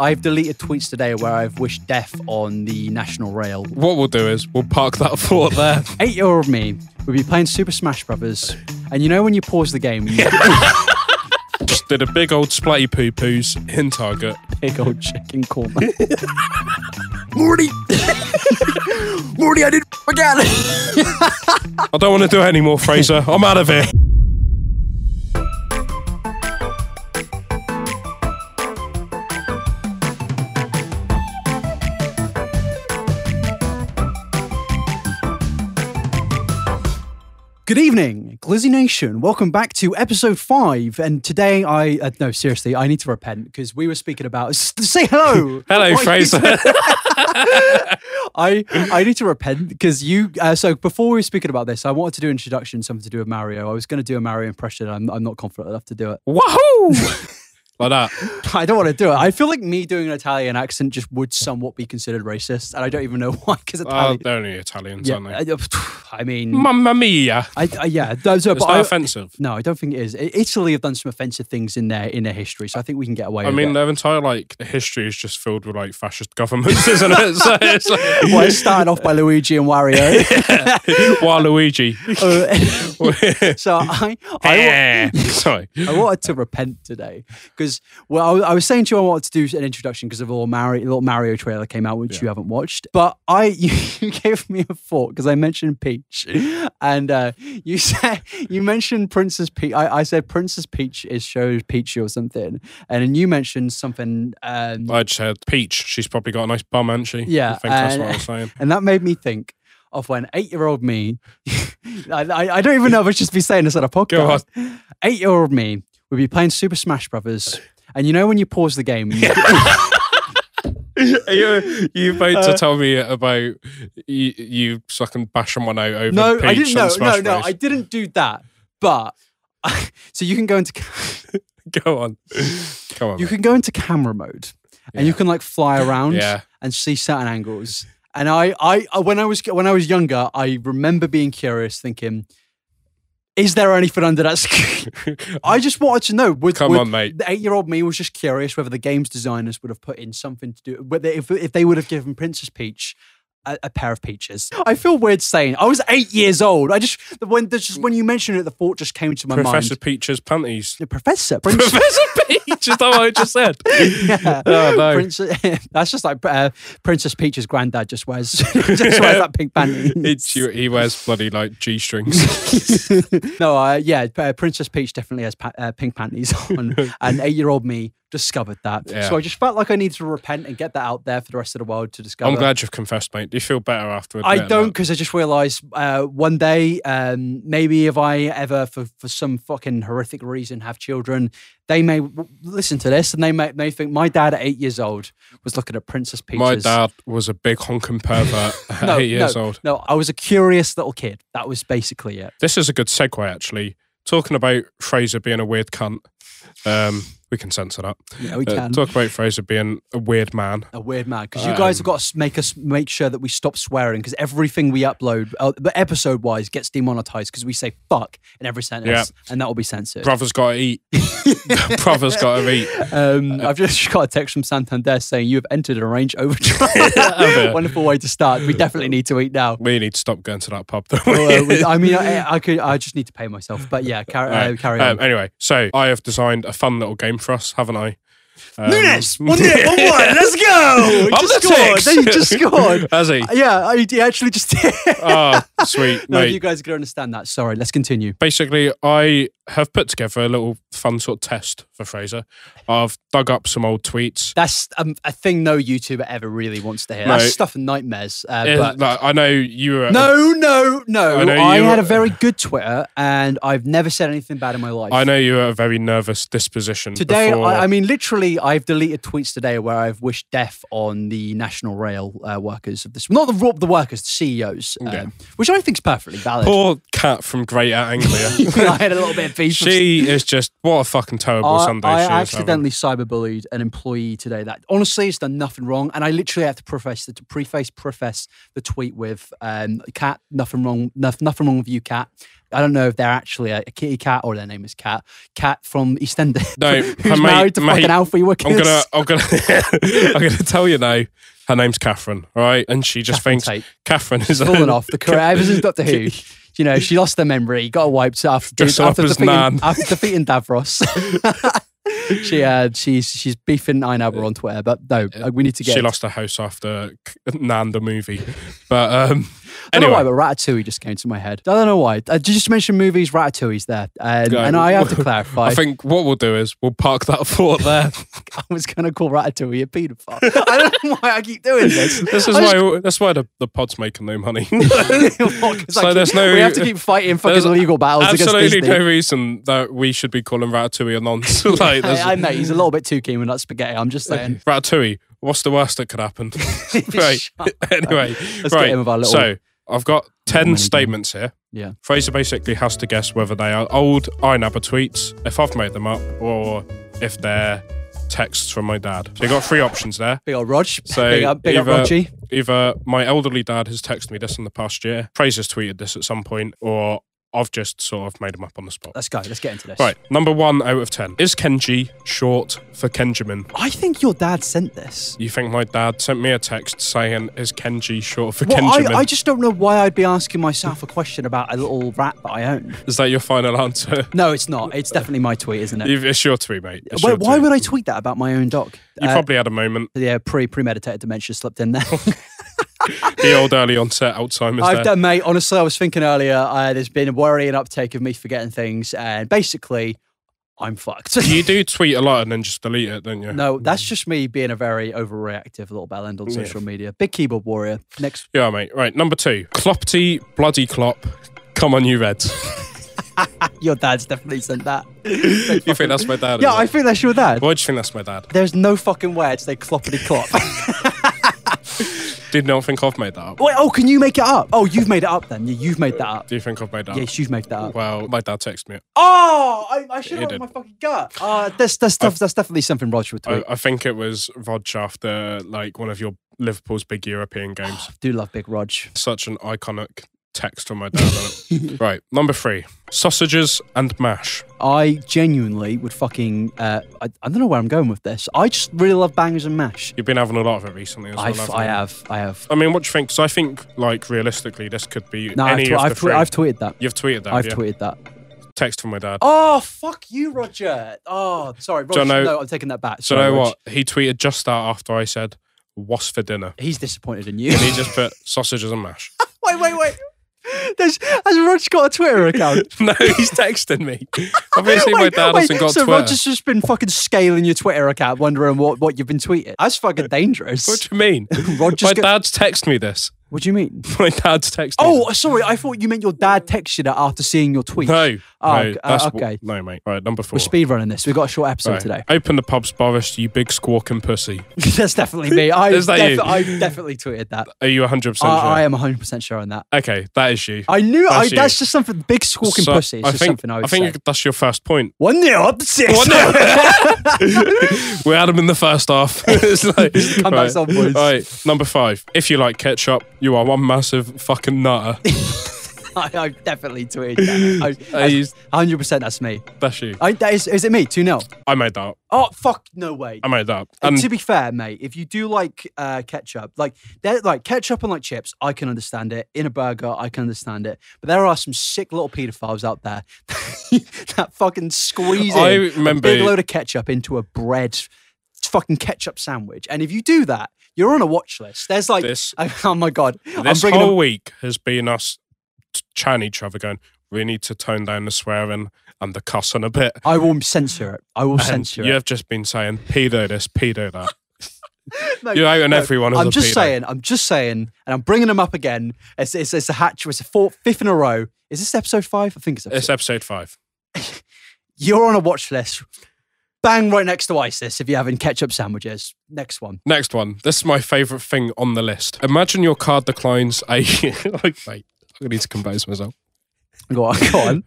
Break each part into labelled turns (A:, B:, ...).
A: I've deleted tweets today where I've wished death on the National Rail.
B: What we'll do is we'll park that thought there.
A: Eight year old me would be playing Super Smash Brothers, and you know when you pause the game, you
B: Just did a big old splatty poo poos in target.
A: big old chicken corner.
C: Morty! Morty, I did again!
B: I don't want to do it anymore, Fraser. I'm out of here.
A: Good evening, Glizzy Nation. Welcome back to episode five. And today, I uh, no, seriously, I need to repent because we were speaking about. S- say hello.
B: Hello,
A: Why-
B: Fraser.
A: I I need to repent because you. Uh, so before we were speaking about this, I wanted to do an introduction, something to do with Mario. I was going to do a Mario impression. I'm I'm not confident enough to do it.
B: Wahoo! like that. Uh,
A: I don't want to do it. I feel like me doing an Italian accent just would somewhat be considered racist, and I don't even know why. Because
B: Oh,
A: Italian.
B: they're only Italians,
A: yeah, uh,
B: aren't they?
A: I- I mean,
B: Mamma mia.
A: I, I yeah. Those are,
B: It's
A: but
B: not
A: I,
B: offensive.
A: no, I don't think it is. I- Italy have done some offensive things in their in their history, so I think we can get away.
B: I
A: with
B: mean,
A: it.
B: their entire like history is just filled with like fascist governments, isn't it? So it's like
A: well, it started off by Luigi and Wario.
B: Waluigi.
A: Uh, so I, I, wa-
B: Sorry.
A: I wanted to repent today because well, I, was- I was saying to you I wanted to do an introduction because of a little Mario, little Mario trailer came out which you haven't watched. But I, you, gave me a thought because I mentioned Peach, and uh, you said you mentioned Princess Peach. I, I said Princess Peach is shows Peachy or something, and then you mentioned something. Um,
B: I just had Peach. She's probably got a nice bum, hasn't she?
A: Yeah,
B: I think that's
A: and-
B: what I was saying.
A: And that made me think of when eight year old me, I, I, I don't even know if I should be saying this on a podcast. Eight year old me would be playing Super Smash Brothers. And you know when you pause the game, you-
B: you you about
A: Uh,
B: to tell me about you, you sucking bashing one out over
A: no,
B: Peach
A: I didn't.
B: on
A: No,
B: Smash
A: no, no,
B: Bros.
A: I didn't do that. But so you can go into ca-
B: Go on, come on.
A: you
B: mate.
A: can go into camera mode, and you can like fly around
B: Yeah.
A: and see certain angles. And I, I, I- when I was when I was younger, I remember being curious, thinking, "Is there anything under that screen?" I just wanted to know. Would,
B: Come
A: would-
B: on, mate.
A: The eight-year-old me was just curious whether the game's designers would have put in something to do. Whether if if they would have given Princess Peach a, a pair of peaches. I feel weird saying I was eight years old. I just when there's just when you mentioned it, the thought just came to my
B: Professor
A: mind.
B: Peach's panties.
A: The professor, Prince,
B: Professor Peach is that what I just said? Oh, no.
A: Prince, that's just like uh, Princess Peach's granddad just wears just wears that pink panty.
B: It's you, he wears bloody like g strings.
A: no, uh, yeah, uh, Princess Peach definitely has pa- uh, pink panties on, and eight-year-old me discovered that.
B: Yeah.
A: So I just felt like I needed to repent and get that out there for the rest of the world to discover.
B: I'm glad you've confessed, mate. Do you feel better afterwards?
A: I don't because I just realised uh, one day, um, maybe if I ever, for, for some fucking horrific reason, have children, they may w- listen to this and they may, may think my dad at eight years old was looking at Princess Peaches.
B: My dad was a big honking pervert at
A: no,
B: eight years
A: no,
B: old.
A: No, I was a curious little kid. That was basically it.
B: This is a good segue, actually. Talking about Fraser being a weird cunt. Um, we can censor that.
A: Yeah, we
B: Uh,
A: can.
B: talk about Fraser being a weird man.
A: A weird man, because
B: Uh,
A: you guys have
B: um,
A: got to s- make us make sure that we stop swearing, because everything we upload, uh, episode wise, gets demonetized because we say fuck in every sentence, and that will be censored.
B: Brother's got to eat. Brother's got to eat.
A: Um, I've just got a text from Santander saying you have entered a range
B: yeah.
A: overdrive. Wonderful way to start. We definitely need to eat now.
B: We need to stop going to that pub. Don't
A: Well, uh,
B: we?
A: we- I mean, I, I could. I just need to pay myself. But yeah, carry, uh,
B: Right.
A: carry
B: Um,
A: on.
B: anyway, so I have designed a fun little game for us, haven't I? Um,
A: Nunes, one minute, one one. Let's go.
B: I'm
A: just
B: the
A: scored.
B: text.
A: They just scored.
B: Has he?
A: Yeah, I, he actually just did.
B: Ah, sweet,
A: no,
B: mate.
A: you guys are gonna understand that. Sorry. Let's continue.
B: Basically, I have put together a little fun sort of test for Fraser. I've dug up some old tweets.
A: That's um, a thing no YouTuber ever really wants to hear.
B: Mate.
A: That's stuff and nightmares. Uh,
B: Uh,
A: but
B: like, I know you were.
A: no, no, no.
B: I know
A: I
B: you-
A: had a very good Twitter, and I've never said anything bad in my life.
B: I know you were at a very nervous disposition
A: Today,
B: Before,
A: I, I mean, literally, I've deleted tweets today where I've wished death on the national rail uh, workers of this, not the raw- the workers, the CEOs, um,
B: Yeah.
A: which I think is perfectly valid.
B: poor cat from Greater Anglia.
A: I had a little bit of beef. with-
B: she is just what a fucking terrible
A: I,
B: Sunday.
A: I
B: she is having.
A: accidentally cyberbullied an employee today. That honestly has done nothing wrong, and I literally have to preface the to preface preface the tweet with um, "Cat, nothing wrong, noth- nothing wrong with you, cat." I don't know if they're actually a, a kitty cat or their name is Cat. Cat from EastEnders.
B: No,
A: who's
B: mate,
A: married to
B: mate,
A: fucking Alfie Wickers.
B: I'm gonna, I'm gonna, I'm gonna tell you now. Her name's Catherine, all right? And she just
A: Catherine
B: thinks
A: Tate.
B: Catherine is
A: fallen off the career ever since Doctor Who. You know, she lost her memory, got wiped after,
B: Dressed up
A: after,
B: as
A: defeating,
B: Nan.
A: after defeating Davros. she uh, she's she's beefing Nine Abra on Twitter, but no, uh, we need to get.
B: She lost her house after Nan the movie, but um,
A: I don't
B: anyway,
A: know why, but Ratatouille just came to my head. I don't know why. Uh, did you just mention movies? Ratatouille's there, and,
B: Go.
A: and I have to
B: I
A: clarify.
B: think what we'll do is we'll park that thought there.
A: I was going to call Ratatouille a paedophile. I don't know why I keep doing this.
B: This is
A: I
B: why that's why the, the pod's making no money.
A: just- What, 'cause I
B: So
A: keep-
B: there's no-
A: we have to keep fighting
B: there's
A: fucking legal battles against
B: Absolutely
A: Disney.
B: no reason that we should be calling Ratatouille a nonce. like, there's-
A: I, I know he's a little bit too keen with that spaghetti. I'm just saying.
B: Ratatouille, what's the worst that could happen? right.
A: Shut up.
B: anyway,
A: Um, Let's
B: right.
A: get in with our little.
B: so I've got ten
A: mini game.
B: statements here.
A: Yeah.
B: Fraser basically has to guess whether they are old Inaba tweets, if I've made them up, or if they're texts from my dad. So you got three options there.
A: Big old Rog.
B: So
A: big up, big up
B: either-
A: Rogie.
B: Either my elderly dad has texted me this in the past year, Fraser's tweeted this at some point, or I've just sort of made them up on the spot.
A: Let's go. Let's get into this.
B: Right, number one out of ten. Is Kenji short for Kenjamin?
A: I think your dad sent this.
B: You think my dad sent me a text saying, Is Kenji short for
A: Well,
B: Kenjamin?
A: I, I just don't know why I'd be asking myself a question about a little rat that I own.
B: Is that your final answer?
A: No, it's not. It's definitely my tweet, isn't it?
B: You've- It's your tweet, mate. It's
A: Why,
B: your
A: why
B: tweet.
A: would I tweet that about my own dog?
B: You
A: Uh,
B: probably had a moment.
A: yeah, pre premeditated dementia slipped in there.
B: The old early onset Alzheimer's
A: I've
B: there.
A: done, mate. Honestly, I was thinking earlier. Uh, there's been a worrying uptake of me forgetting things, and basically, I'm fucked.
B: You do tweet a lot and then just delete it, don't you?
A: No, that's just me being a very overreactive little bellend on
B: Yeah.
A: social media. Big keyboard warrior. Next,
B: Yeah, mate. Right, number two. Clopty, bloody clop. Come on, you Reds.
A: your dad's definitely sent that.
B: you think that's my dad?
A: Yeah,
B: is
A: I
B: it?
A: think that's your dad.
B: Why do you think that's my dad?
A: There's no fucking way I'd say cloppity clop.
B: Did not think I've made that up.
A: Wait, oh, can you make it up? Oh, you've made it up then. Yeah, you've made that up.
B: Do you think I've made that up?
A: Yes, you've made that up.
B: Well, my dad texted me.
A: Oh, I, I should
B: You
A: have
B: did.
A: my fucking gut. Uh, that's, that's, def- that's definitely something Roger would
B: I,
A: tweet.
B: I think it was Rog after like one of your Liverpool's big European games.
A: do love Big Rog.
B: Such an iconic text from my dad. on it. Right, number three. Sausages and mash.
A: I genuinely would fucking. Uh, I, I don't know where I'm going with this. I just really love bangers and mash.
B: You've been having a lot of it recently as well.
A: I've,
B: haven't
A: I
B: you?
A: have. I have.
B: I mean, what do you think? Because I think, like, realistically, this could be
A: No, I've,
B: any
A: tw-
B: of the
A: I've, tw-
B: three.
A: I've tweeted that.
B: You've tweeted that.
A: I've
B: yeah?
A: tweeted that.
B: Text from my dad.
A: Oh, fuck you, Roger. Oh, sorry, Roger.
B: Dunno-
A: No, I'm taking that back.
B: so
A: Sorry,
B: you know
A: Rog.
B: what? He tweeted just that after I said, "What's for dinner?"
A: He's disappointed in you.
B: And he just put sausages and mash.
A: wait, wait, wait. There's, has Roger got a Twitter account?
B: no, he's texting me. Obviously, my
A: Wait,
B: dad
A: wait,
B: hasn't got
A: so
B: Twitter.
A: Roger's just been fucking scaling your Twitter account, wondering what, what you've been tweeting. That's fucking dangerous.
B: What do you mean?
A: Roger's
B: my
A: go-
B: dad's texted me this.
A: What do you mean?
B: My dad's texted.
A: Oh, sorry. I thought you meant your dad texted you after seeing your tweet.
B: me. no,
A: Oh,
B: no,
A: g- uh,
B: that's wh-
A: okay.
B: no, mate. Right, number 4
A: We're speedrunning this. We've got a short episode
B: Right.
A: today.
B: Open the pubs, Boris. You big squawking pussy.
A: That's definitely me. I,
B: Is that you?
A: I definitely tweeted that.
B: Are you 100 percent
A: Uh,
B: sure?
A: I, I am 100% sure on that.
B: Okay, that is you.
A: I knew
B: That's
A: I,
B: you.
A: that's just something big squawking
B: So,
A: pussy. It's
B: I
A: just
B: think,
A: something I would
B: think
A: say.
B: that's your first point.
A: One nil up six.
B: One nil. We had him in the first half. it's like,
A: Come back some boys.
B: right, number five. If you like ketchup, you are one massive fucking nutter.
A: I, I definitely tweeted that. I,
B: used-
A: 100% that's me.
B: That's you.
A: I, that is, is it me? 2 0.
B: I made that. up.
A: Oh, fuck, no way.
B: I made that. up.
A: And
B: And
A: to be fair, mate, if you do like uh, ketchup, like they're like ketchup and like chips, I can understand it. In a burger, I can understand it. But there are some sick little paedophiles out there that fucking squeeze in
B: I
A: a
B: remember-
A: big load of ketchup into a bread fucking ketchup sandwich. And if you do that, you're on a watch list. There's like,
B: This-
A: oh my god, I'm
B: this
A: bringing
B: whole
A: them.
B: week has been us t- chatting each other, going, "We need to tone down the swearing and the cussing a bit."
A: I will censor it. I will
B: And
A: censor
B: you
A: it.
B: have just been saying pedo this, pedo that.
A: No,
B: You're out on everyone as
A: I'm
B: a
A: just
B: pedo.
A: saying. I'm just saying, and I'm bringing them up again. It's, it's, it's a hatch. It's a fourth, fifth in a row. Is this episode five? I think it's episode.
B: It's episode five.
A: You're on a watch list. Bang right next to ISIS if you're having ketchup sandwiches. Next one.
B: Next one. This is my favourite thing on the list. Imagine your card declines a. like, mate, I need to compose myself.
A: Go on. Go on.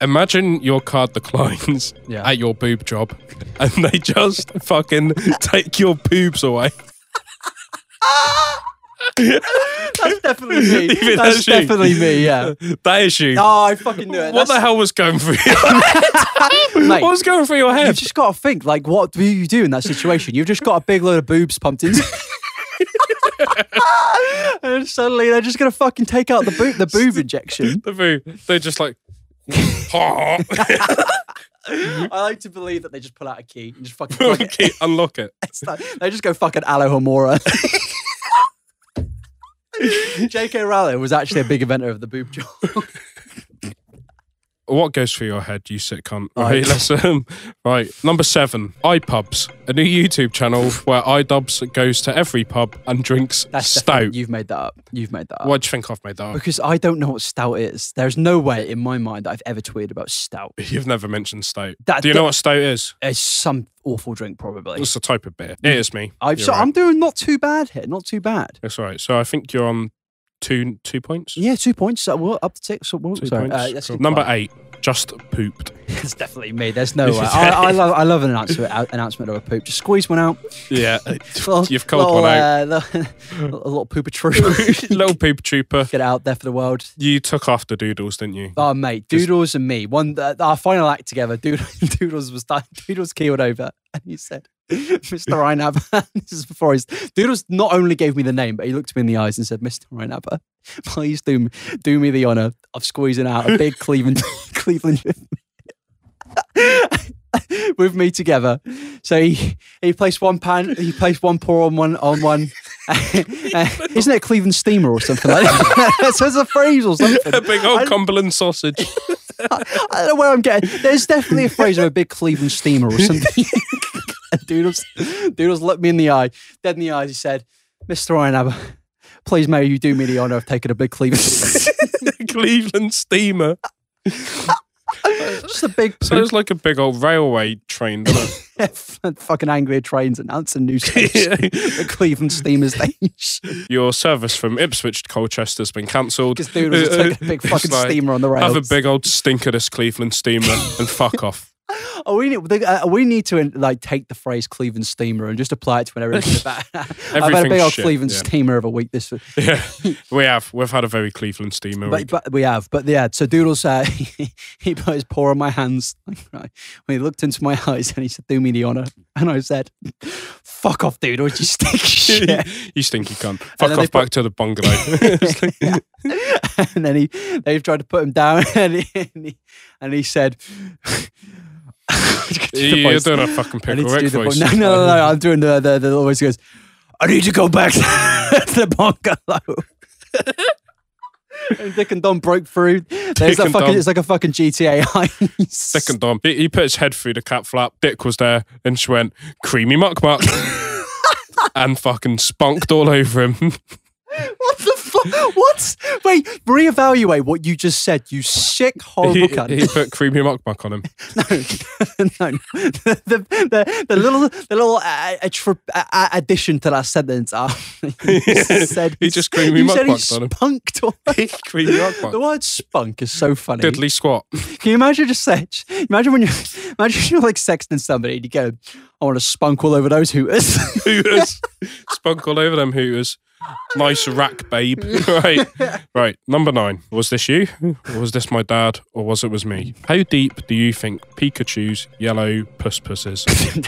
B: Imagine your card declines
A: Yeah.
B: at your boob job and they just fucking take your boobs away.
A: That's definitely me. That's
B: Even that's you.
A: definitely me, yeah.
B: that is you.
A: Oh, I fucking knew it.
B: what the hell was going through your
A: the
B: What was going through your
A: You've
B: head?
A: just got to think, like, what do you do in that situation? You've just got a big load of boobs pumped in. and suddenly they're just going to fucking take out the boob, the boob injection.
B: The boo. They're just like,
A: I like to believe that they just pull out a key and just fucking plug it.
B: okay, unlock it.
A: It's like- They just go fucking Alohomora. J.K. Rowling was actually a big inventor of the boob job.
B: What goes through your head, you sick cunt?
A: Right.
B: Right, let's, um, right. number seven, iPubs, a new YouTube channel where iDubbbz goes to every pub and drinks
A: definitely-
B: stout.
A: You've made that up. You've made that up.
B: Why do you think I've made that up?
A: Because I don't know what stout is. There's no way in my mind that I've ever tweeted about stout.
B: You've never mentioned stout.
A: That-
B: do you
A: that-
B: know what stout is?
A: It's some awful drink, probably.
B: It's a type of beer. It is me.
A: I've,
B: You're
A: so
B: right.
A: I'm doing not too bad here. Not too bad.
B: That's all right. So I think you're on two two points.
A: Yeah, two points. So we're up to six. So we're-
B: Two
A: sorry.
B: points.
A: Uh, let's
B: Cool.
A: keep
B: Number
A: going.
B: eight, just pooped.
A: It's definitely me. There's no
B: This
A: way.
B: is
A: I, I
B: it.
A: love. I love an announcement. announcement of a poop. Just squeeze one out.
B: Yeah,
A: Little-
B: you've
A: little,
B: called one out.
A: Uh, little, a little pooper true.
B: Little poop trooper.
A: Get it out there for the world.
B: You took after Doodles, didn't you?
A: Oh mate, Doodles and me. One uh, our final act together. Doodles, Doodles was done. Doodles keeled over, and he said, "Mr. Reinhaber." this is before his Doodles. Not only gave me the name, but he looked me in the eyes and said, "Mr. Reinhaber, please do me, do me the honor of squeezing out a big Cleveland Cleveland with me, with me together." So he he placed one pan. He placed one pour on one on one. isn't it Cleveland Steamer or something like that? so it's a phrase or something.
B: A big old Cumberland sausage.
A: I don't know where I'm getting. There's definitely a phrase of a big Cleveland steamer or something. And Doodles, Doodles looked me in the eye, dead in the eyes. He said, "Mr. Ryan Aber, please may you do me the honor of taking a big Cleveland,
B: Cleveland steamer.
A: just a big
B: Sounds like a big old railway train. doesn't
A: fucking angry trains announcing new stations,
B: it?
A: the Cleveland steamer station."
B: Your service from Ipswich to Colchester has been cancelled.
A: Because Doodles
B: Uh,
A: was taking a big
B: it's
A: fucking
B: like,
A: steamer on the rails.
B: Have a big old stink of this Cleveland steamer and fuck off.
A: oh, we need the- uh, we need to like take the phrase Cleveland steamer and just apply it to whenever it's about. I've had a big
B: Everything's
A: old
B: shit,
A: Cleveland
B: yeah.
A: steamer of a week this week.
B: Yeah, we have. We've had a very Cleveland steamer.
A: But,
B: week.
A: but we have, but yeah. So Doodles, uh, he put his paw on my hands. Right. When he looked into my eyes and he said, "Do me the honor," and I said, "Fuck off, Doodles, you stink shit."
B: you stinky cunt.
A: then
B: Fuck
A: they
B: off back to the bungalow. It's like,
A: and then he, they tried to put him down, and he, and he, and he said. I need to do the
B: You're
A: voice.
B: doing a fucking
A: I need to
B: Pickle
A: do
B: Rick
A: the vo-
B: voice.
A: No, no, no, no. I'm doing the the, the little voice. He goes, I need to go back to the bungalow. and Dick and Don broke through. There's
B: Dick
A: that
B: and
A: fucking.
B: Don.
A: It's like a fucking GTA heist.
B: Dick and Dom. He, he put his head through the cat flap. Dick was there, and she went creamy muck muck, and fucking spunked all over him.
A: What the fuck? What? Wait, reevaluate what you just said. You sick
B: he,
A: horrible
B: he
A: cunt.
B: put creamy muck muck on him.
A: no, no. The, the, the, the little the little uh, a tri- a- a- addition to that sentence. Uh, you said
B: He just creamy
A: you said he
B: mucked on him.
A: spunked all
B: creamy muck
A: The
B: muck.
A: word spunk is so funny.
B: Diddly squat.
A: Can you imagine just such? Imagine when you imagine you're like sexting somebody and you go, I want to spunk all over those hooters.
B: Hooters. Spunk all over them hooters. Nice rack, babe. right. Right. Number nine. Was this you? Or was this my dad? Or was it was me? How deep do you think Pikachu's yellow puss puss is?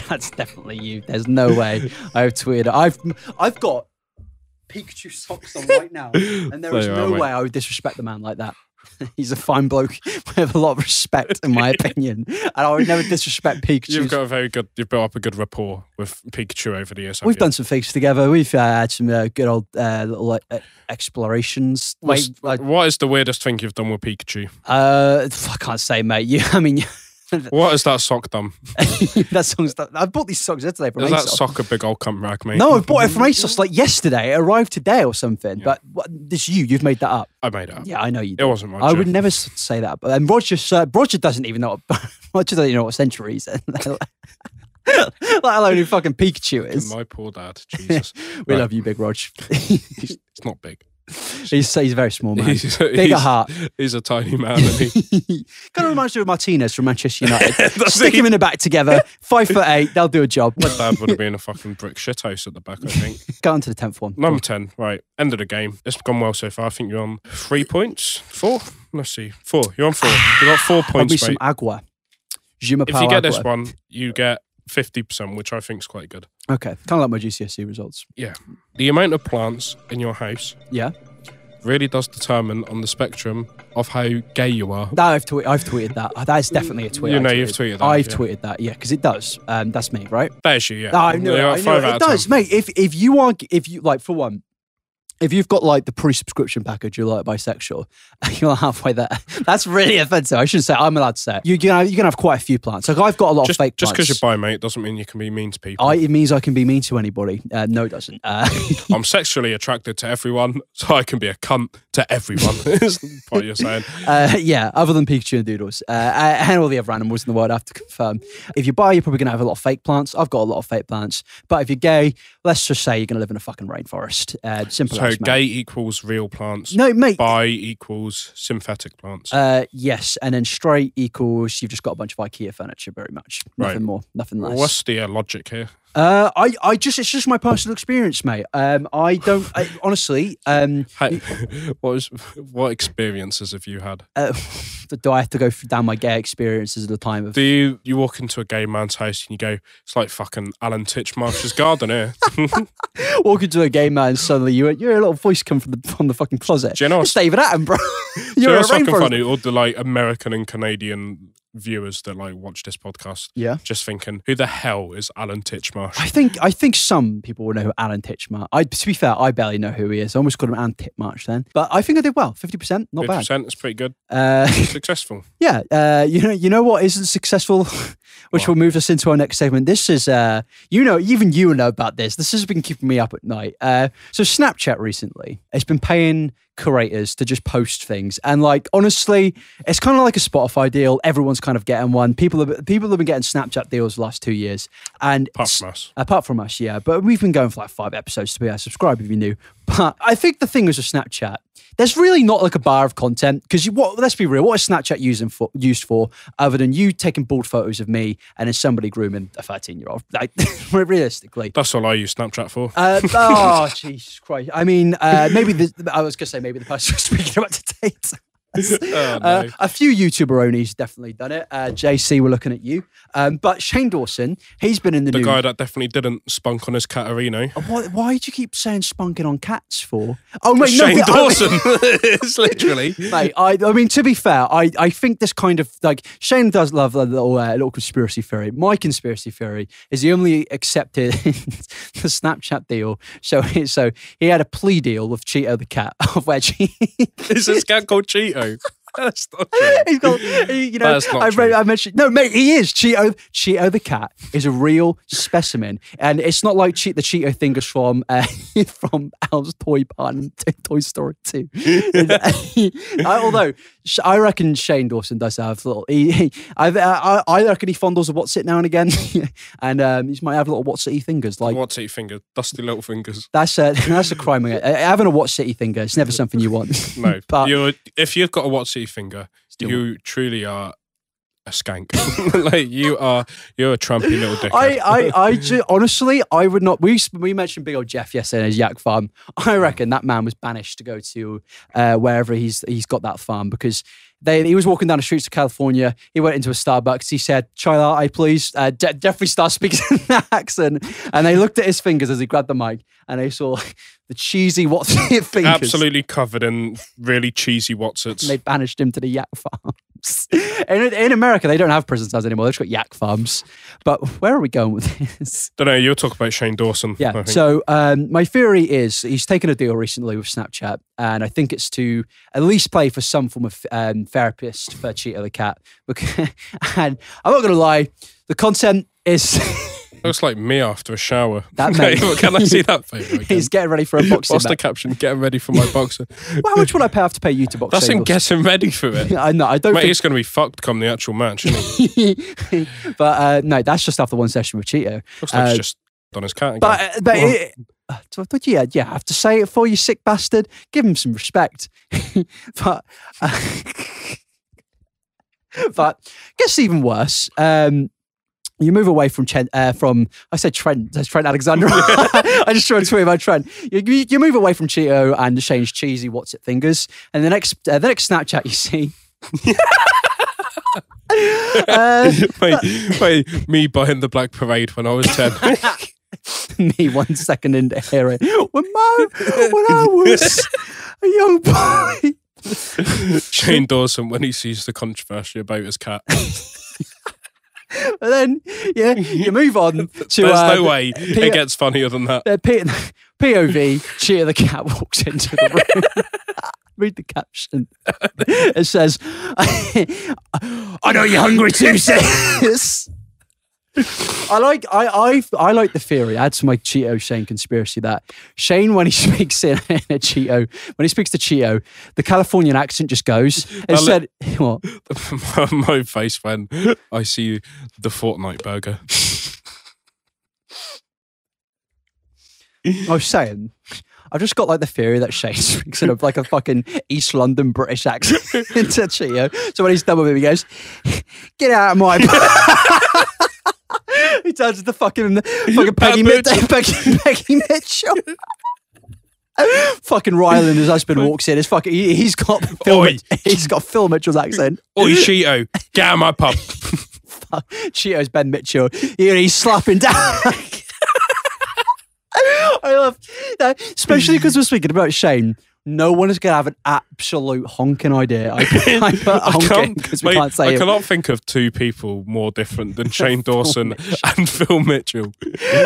A: That's definitely you. There's no way. I've tweeted. I've I've got Pikachu socks on right now, and there
B: There
A: is
B: you
A: no
B: are, mate.
A: way I would disrespect the man like that. He's a fine bloke. I have a lot of respect, in my opinion, and I would never disrespect Pikachu.
B: You've got a very good, you've built up a good rapport with Pikachu over the years. haven't
A: We've
B: you?
A: done some things together. We've uh, had some uh, good old uh, little uh, explorations.
B: What's-
A: Wait, like,
B: what is the weirdest thing you've done with Pikachu?
A: uh, I can't say, mate. You, I mean,
B: What has that sock done?
A: that song's. I bought these socks yesterday from
B: Is that
A: ASOS.
B: sock a big old cum rag, mate?
A: no, I bought it from ASOS like yesterday. It arrived today or something. But what, this you, you've made that up.
B: I made it up.
A: Yeah, I know you.
B: It
A: Did.
B: wasn't my
A: I would never s- say that. But and Roger, uh, Roger doesn't even know. What, Roger doesn't even know what century he's in. Let alone who fucking Pikachu is.
B: My poor dad. Jesus.
A: We
B: Right.
A: love you, Big Rog.
B: He's, he's not big.
A: He's, he's a very small man.
B: He's,
A: Big
B: he's-
A: at heart.
B: He's a tiny man. Isn't he?
A: kind of reminds me of Martinez from Manchester United.
B: That's
A: Stick
B: it.
A: him in the back together. Five foot eight. They'll do a job.
B: My dad would have been a fucking brick shithouse at the back, I think.
A: Go on to the tenth one.
B: Number 10, right. End of the game. It's gone well so far. I think you're on three points. Four? Let's see. Four. You're on four. You got four
A: That'll
B: points,
A: be
B: mate.
A: some agua. Je me
B: if
A: parle
B: you get this
A: agua.
B: one, you get 50%, which I think is quite good.
A: Okay. Kind of like my GCSE E results.
B: Yeah. The amount of plants in your house
A: Yeah.
B: really does determine on the spectrum of how gay you are.
A: That I've, tweet, I've tweeted that. Uh, That is definitely a tweet.
B: You
A: I
B: know you've tweeted that,
A: I've
B: yeah.
A: tweeted that. Yeah, because it does. Um, that's me, right?
B: There's you, yeah.
A: Ah, I knew it.
B: You're
A: I
B: at
A: knew
B: five
A: it. It
B: out of
A: does,
B: 10.
A: mate. If if you are, if you like, for one, if you've got like the pre-subscription package, you're like bisexual, and you're halfway there. That's really offensive. I should say I'm allowed to say it. you can have, you can have quite a few plants. Like I've got a lot
B: Just
A: of fake
B: just because
A: plants.
B: you're bi, mate, doesn't mean you can be mean to people.
A: I, it means I can be mean to anybody. Uh, no, it doesn't. Uh,
B: I'm sexually attracted to everyone, so I can be a cunt to everyone. is what you're saying.
A: uh, yeah, other than Pikachu and Doodles uh, and all the other animals in the world, I have to confirm. If you buy, you're probably going to have a lot of fake plants. I've got a lot of fake plants. But if you're gay, let's just say you're going to live in a fucking rainforest. Uh, simple
B: So
A: as, mate.
B: gay equals real plants.
A: No, mate.
B: Bi equals synthetic plants.
A: Uh, yes, and then straight equals you've just got a bunch of IKEA furniture, very much. Nothing
B: Right.
A: more, nothing less.
B: What's the uh, logic here?
A: Uh, I, I just, it's just my personal experience, mate. Um, I don't, I, honestly. Um,
B: Hey, what was what experiences have you had?
A: uh, do I have to go through down my gay experiences at the time of?
B: Do you you walk into a gay man's house and you go, it's like fucking Alan Titchmarsh's garden here.
A: Walk into a gay man, suddenly you, your little voice come from the from the fucking closet.
B: Do you know
A: It's David Attenborough. You're
B: you
A: a
B: know what's fucking
A: rainforest.
B: funny? All the like American and Canadian viewers that like watch this podcast,
A: Yeah.
B: just thinking, who the hell is Alan Titchmarsh?
A: I think I think some people will know who Alan Titchmarsh. I to be fair, I barely know who he is. I almost called him Alan Titchmarsh then. But I think I did well, fifty percent, not bad.
B: percent is pretty good,
A: Uh,
B: successful.
A: Yeah, uh, you know, you know what isn't successful, which will move us into our next segment. This is, uh, you know, even you know about this. This has been keeping me up at night. Uh, so Snapchat recently, it's been paying curators to just post things, and like honestly, it's kind of like a Spotify deal. Everyone's kind of getting one. People, have, people have been getting Snapchat deals the last two years, and
B: Apart from us.
A: Apart from us, yeah. But we've been going for like five episodes to be our subscribe if you're new. But I think the thing was with Snapchat, there's really not like a bar of content because you what let's be real, what is Snapchat using for used for other than you taking bald photos of me and then somebody grooming a 13 year old? Like realistically.
B: That's all I use Snapchat for.
A: Uh, oh Jesus Christ! I mean, uh, maybe the, I was gonna say maybe the person we're speaking about today.
B: Oh, no.
A: Uh, a few YouTuberonis definitely done it. Uh, JC, we're looking at you. Um, but Shane Dawson, he's been in the,
B: the
A: news.
B: guy that definitely didn't spunk on his Caterino.
A: Why, why do you keep saying spunking on cats for? Oh, mate, no,
B: Shane
A: but I-
B: Dawson. it's literally.
A: Mate, I, I mean, to be fair, I, I think this kind of like Shane does love a little uh, little conspiracy theory. My conspiracy theory is he only accepted the Snapchat deal, so he- so he had a plea deal with Cheeto the cat, of where he,
B: It's this guy called Cheeto. That's not true.
A: he's got he- you know
B: That's not
A: I,
B: true.
A: re- I mentioned no mate he is Cheeto Cheeto the cat is a real specimen, and it's not like che- the Cheeto thing is from uh, from Al's toy barn in Toy Story two. I, although sh- I reckon Shane Dawson does have little. He, he, I, I, I reckon he fondles a what's it now and again, and um, he might have little what's it fingers. Like
B: What's it, finger? Dusty little fingers.
A: that's a that's a crime. Uh, Having a what city finger, it's never something you want.
B: No.
A: But-
B: you're, if you've got a Watsy finger,
A: Still-
B: you truly are a skank. like, you are, you're a trampy little dickhead.
A: I, I, I ju- honestly, I would not. We sp- we mentioned big old Jeff yesterday and his yak farm. I reckon that man was banished to go to uh, wherever he's he's got that farm because they he was walking down the streets of California. He went into a Starbucks. He said, "Chai latte, please." Uh, Je- Jeffree Star speaks in that accent, and they looked at his fingers as he grabbed the mic, and they saw the cheesy what's it fingers.
B: Absolutely covered in really cheesy Watsits.
A: And they banished him to the yak farms. in, in America, they don't have prison cells anymore. They've just got yak farms. But where are we going with this?
B: Don't know. You're talking about Shane Dawson. I
A: Yeah.
B: think.
A: So um, my theory is he's taken a deal recently with Snapchat, and I think it's to at least play for some form of um, therapist for Cheetah the cat. Bec- and I'm not going to lie, the content is
B: looks like me after a shower.
A: That
B: Okay,
A: mate.
B: well, Can I see that photo again?
A: he's getting ready for a boxing
B: What's the
A: match.
B: caption? Getting ready for my boxer.
A: Well, How much would I pay- have to pay you to box?
B: That's
A: Sable?
B: him getting ready for it.
A: I know. I don't
B: Mate,
A: think
B: he's going to be fucked come the actual match. Isn't he?
A: but uh, no, that's just after one session with Cheeto.
B: Looks like
A: Uh,
B: he's just on his cat again.
A: But, but
B: Well-
A: it, uh, do I- do you, yeah, I have to say it for you, sick bastard. Give him some respect. but, uh, but gets even worse. Um, you move away from Trent, uh, from I said Trent, that's Trent Alexander. I just tried to tweet about Trent. You, you, you move away from Cheeto and change cheesy what's it fingers, and the next uh, the next Snapchat you see. uh,
B: wait, wait, me buying the Black Parade when I was 10.
A: me one second into hearing when my when I was a young boy.
B: Shane Dawson, when he sees the controversy about his cat,
A: And then yeah, you move on to
B: there's
A: uh,
B: no way
A: Peter-
B: it gets funnier than that.
A: uh, P- POV. Cheer the cat walks into the room. Read the caption. It says, "I know you're hungry too, sis." I like I, I I like the theory. Add to my Cheeto Shane conspiracy that Shane, when he speaks in, in a Cheeto, when he speaks to Cheeto, the Californian accent just goes. It
B: Well,
A: said, "What?"
B: my, face when I see the Fortnite burger.
A: I was saying, I've just got like the theory that Shane speaks in a, like a fucking East London British accent to Cheeto. So when he's done with him, he goes, "Get out of my." he turns to the fucking fucking Peggy, Mit-
B: Mitchell.
A: Peggy, Peggy Mitchell. fucking Ryland, his husband walks in. His fucking he, he's got Phil,
B: Oi.
A: Mit- he's got Phil Mitchell's accent.
B: Oi, Cheeto, get out of my pub.
A: Fuck. Cheeto's Ben Mitchell. He- he's slapping down. I love that, especially because we're speaking about Shane. No one is going to have an absolute honking idea. I, I put honking because we
B: mate,
A: can't say
B: I
A: it.
B: cannot think of two people more different than Shane Dawson and Phil Mitchell.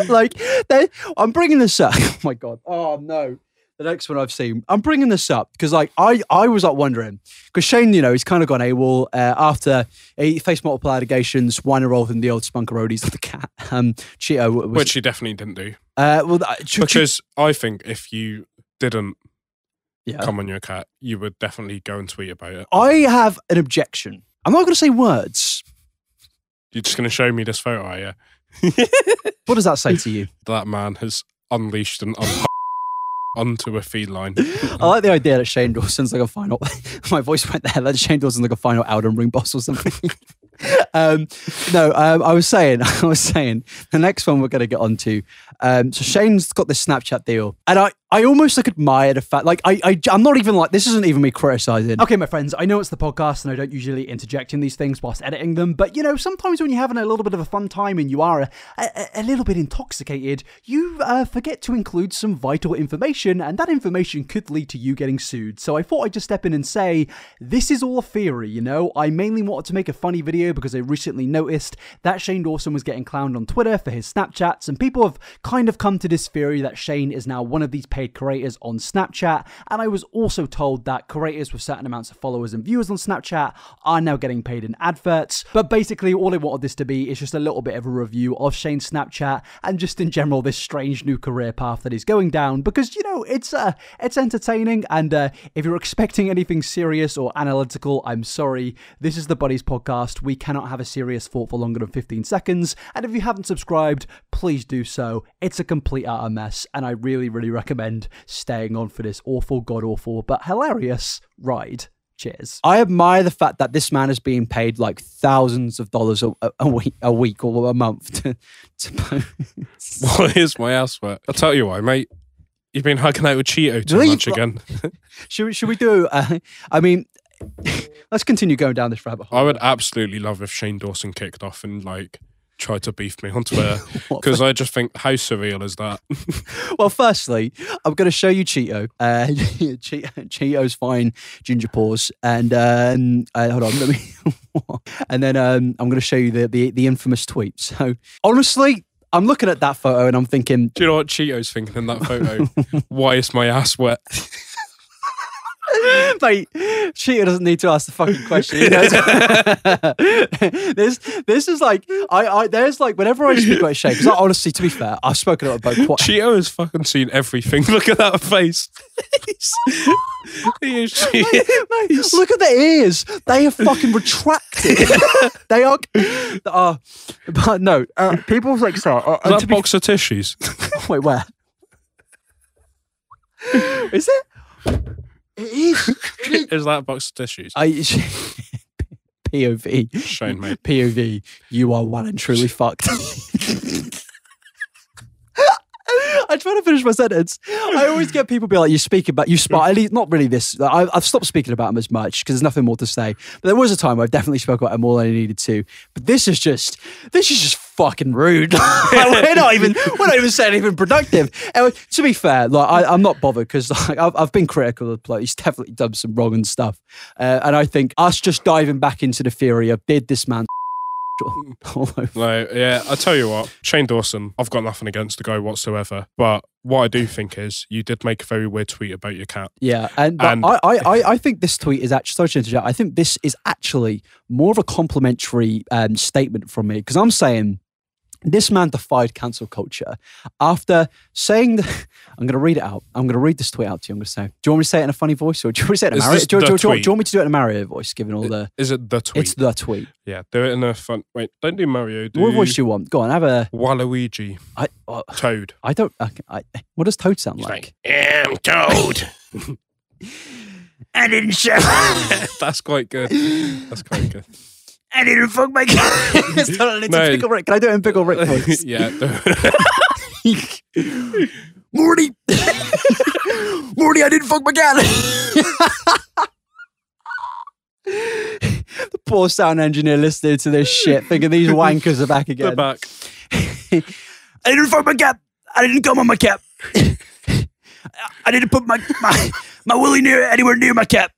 A: like they, I'm bringing this up. Oh my god. Oh no. The next one I've seen. I'm bringing this up because like I I was like wondering because Shane you know he's kind of gone AWOL uh, after he faced multiple allegations one involved in the old Spunkarodes of the cat um Cheeto was
B: Which he definitely didn't do.
A: uh, well uh, Che- Che-
B: Because I think if you didn't
A: yeah.
B: come on your cat, you would definitely go and tweet about it.
A: I have an objection. I'm not going to say words.
B: You're just going to show me this photo, are you?
A: What does that say to you?
B: That man has unleashed an un- onto a feline.
A: I like the idea that Shane Dawson's like a final. my voice went there. That Shane Dawson's like a final Elden Ring boss or something. um, no, um, I was saying, I was saying, the next one we're going to get onto. Um, so Shane's got this Snapchat deal, and I, I almost like admire the fact, like I, I, I'm not even like this isn't even me criticizing.
D: Okay, my friends, I know it's the podcast and I don't usually interject in these things whilst editing them, but you know, sometimes when you're having a little bit of a fun time and you are a, a, a little bit intoxicated, you uh, forget to include some vital information, and that information could lead to you getting sued. So I thought I'd just step in and say, this is all a theory, you know? I mainly wanted to make a funny video because I recently noticed that Shane Dawson was getting clowned on Twitter for his Snapchats, and people have kind of come to this theory that Shane is now one of these paid creators on Snapchat, and I was also told that creators with certain amounts of followers and viewers on Snapchat are now getting paid in adverts. But basically, all I wanted this to be is just a little bit of a review of Shane's Snapchat and just in general this strange new career path that he's going down because you know it's uh it's entertaining and uh, if you're expecting anything serious or analytical, I'm sorry, this is the Buddies podcast. We cannot have a serious thought for longer than 15 seconds, and if you haven't subscribed, please do so. It's a complete utter mess, and I really, really recommend staying on for this awful, god awful, but hilarious ride. Cheers.
A: I admire the fact that this man is being paid like thousands of dollars a, a- a week, a week or a month to, to post.
B: What is my ass worth? I'll tell you why, mate. You've been hugging out with Cheeto too
A: Really?
B: much again.
A: Should we, should we do? Uh, I mean, let's continue going down this rabbit hole.
B: I would absolutely love if Shane Dawson kicked off and like tried to beef me on Twitter because I just think how surreal is that?
A: Well, firstly, I'm going to show you Cheeto. Uh, Cheeto Cheeto's fine ginger paws, and um, uh, hold on, let me. and then um, I'm going to show you the, the the infamous tweet. So honestly, I'm looking at that photo and I'm thinking,
B: Do you know what Cheeto's thinking in that photo? why is my ass wet?
A: Mate, cheater doesn't need to ask the fucking question. He knows. this this is like I, I there's like whenever I speak about Shay, because honestly, to be fair, I've spoken about quite
B: Cheeto has fucking seen everything. Look at that face. He's- he is
A: uh,
B: cheating.
A: Mate, look at their ears. They are fucking retracted. they are. Uh, but no, uh, people like start. Uh,
B: Is
A: and
B: that
A: to
B: a
A: be-
B: box of tissues?
A: wait, where? Is it? It is.
B: is that a box of tissues?
A: I, POV.
B: Shane, mate.
A: POV. You are one and truly fucked. I try to finish my sentence. I always get people be like, "You speak about you spy." At least, not really this. I, I've stopped speaking about him as much because there's nothing more to say. But there was a time where I've definitely spoke about him more than I needed to. But this is just this is just fucking rude. Like, we're not even we're not even saying anything productive. And to be fair, like I, I'm not bothered because like I've, I've been critical of like he's definitely done some wrong and stuff. Uh, and I think us just diving back into the theory of did this man all over
B: No, yeah, I tell you what, Shane Dawson, I've got nothing against the guy whatsoever. But what I do think is you did make a very weird tweet about your cat.
A: Yeah, and, but
B: And-
A: I, I, I, I think this tweet is actually sorry to interject. I think this is actually more of a complimentary um, statement from me because I'm saying this man defied cancel culture after saying the, I'm going to read it out. I'm going to read this tweet out to you. I'm going to say, do you want me to say it in a funny voice or do you want me to say it in a
B: Is
A: Mario?
B: this
A: Do, you-
B: the
A: do you- do you-
B: tweet?
A: do you want me to do it in a Mario voice? Given all the,
B: Is it the tweet?
A: it's the tweet.
B: yeah, do it in a fun. Wait, don't do Mario. Do
A: What voice do you want? Go on, have a.
B: Waluigi,
A: I, uh,
B: Toad.
A: I don't. I, I, what does Toad sound
B: He's
A: like?
B: like, I'm Toad.
C: I didn't show.
B: That's quite good. That's quite good.
C: I didn't fuck my cat.
A: It's totally- it's
B: No.
A: Pickle Rick. Can I do it in Pickle Rick voice?
B: yeah.
C: Morty. Morty, I didn't fuck my cat.
A: the poor sound engineer listening to this shit, thinking these wankers are back
B: They're
A: again.
B: back.
C: I didn't fuck my cat. I didn't come on my cat. I didn't put my my my willy near anywhere near my cat.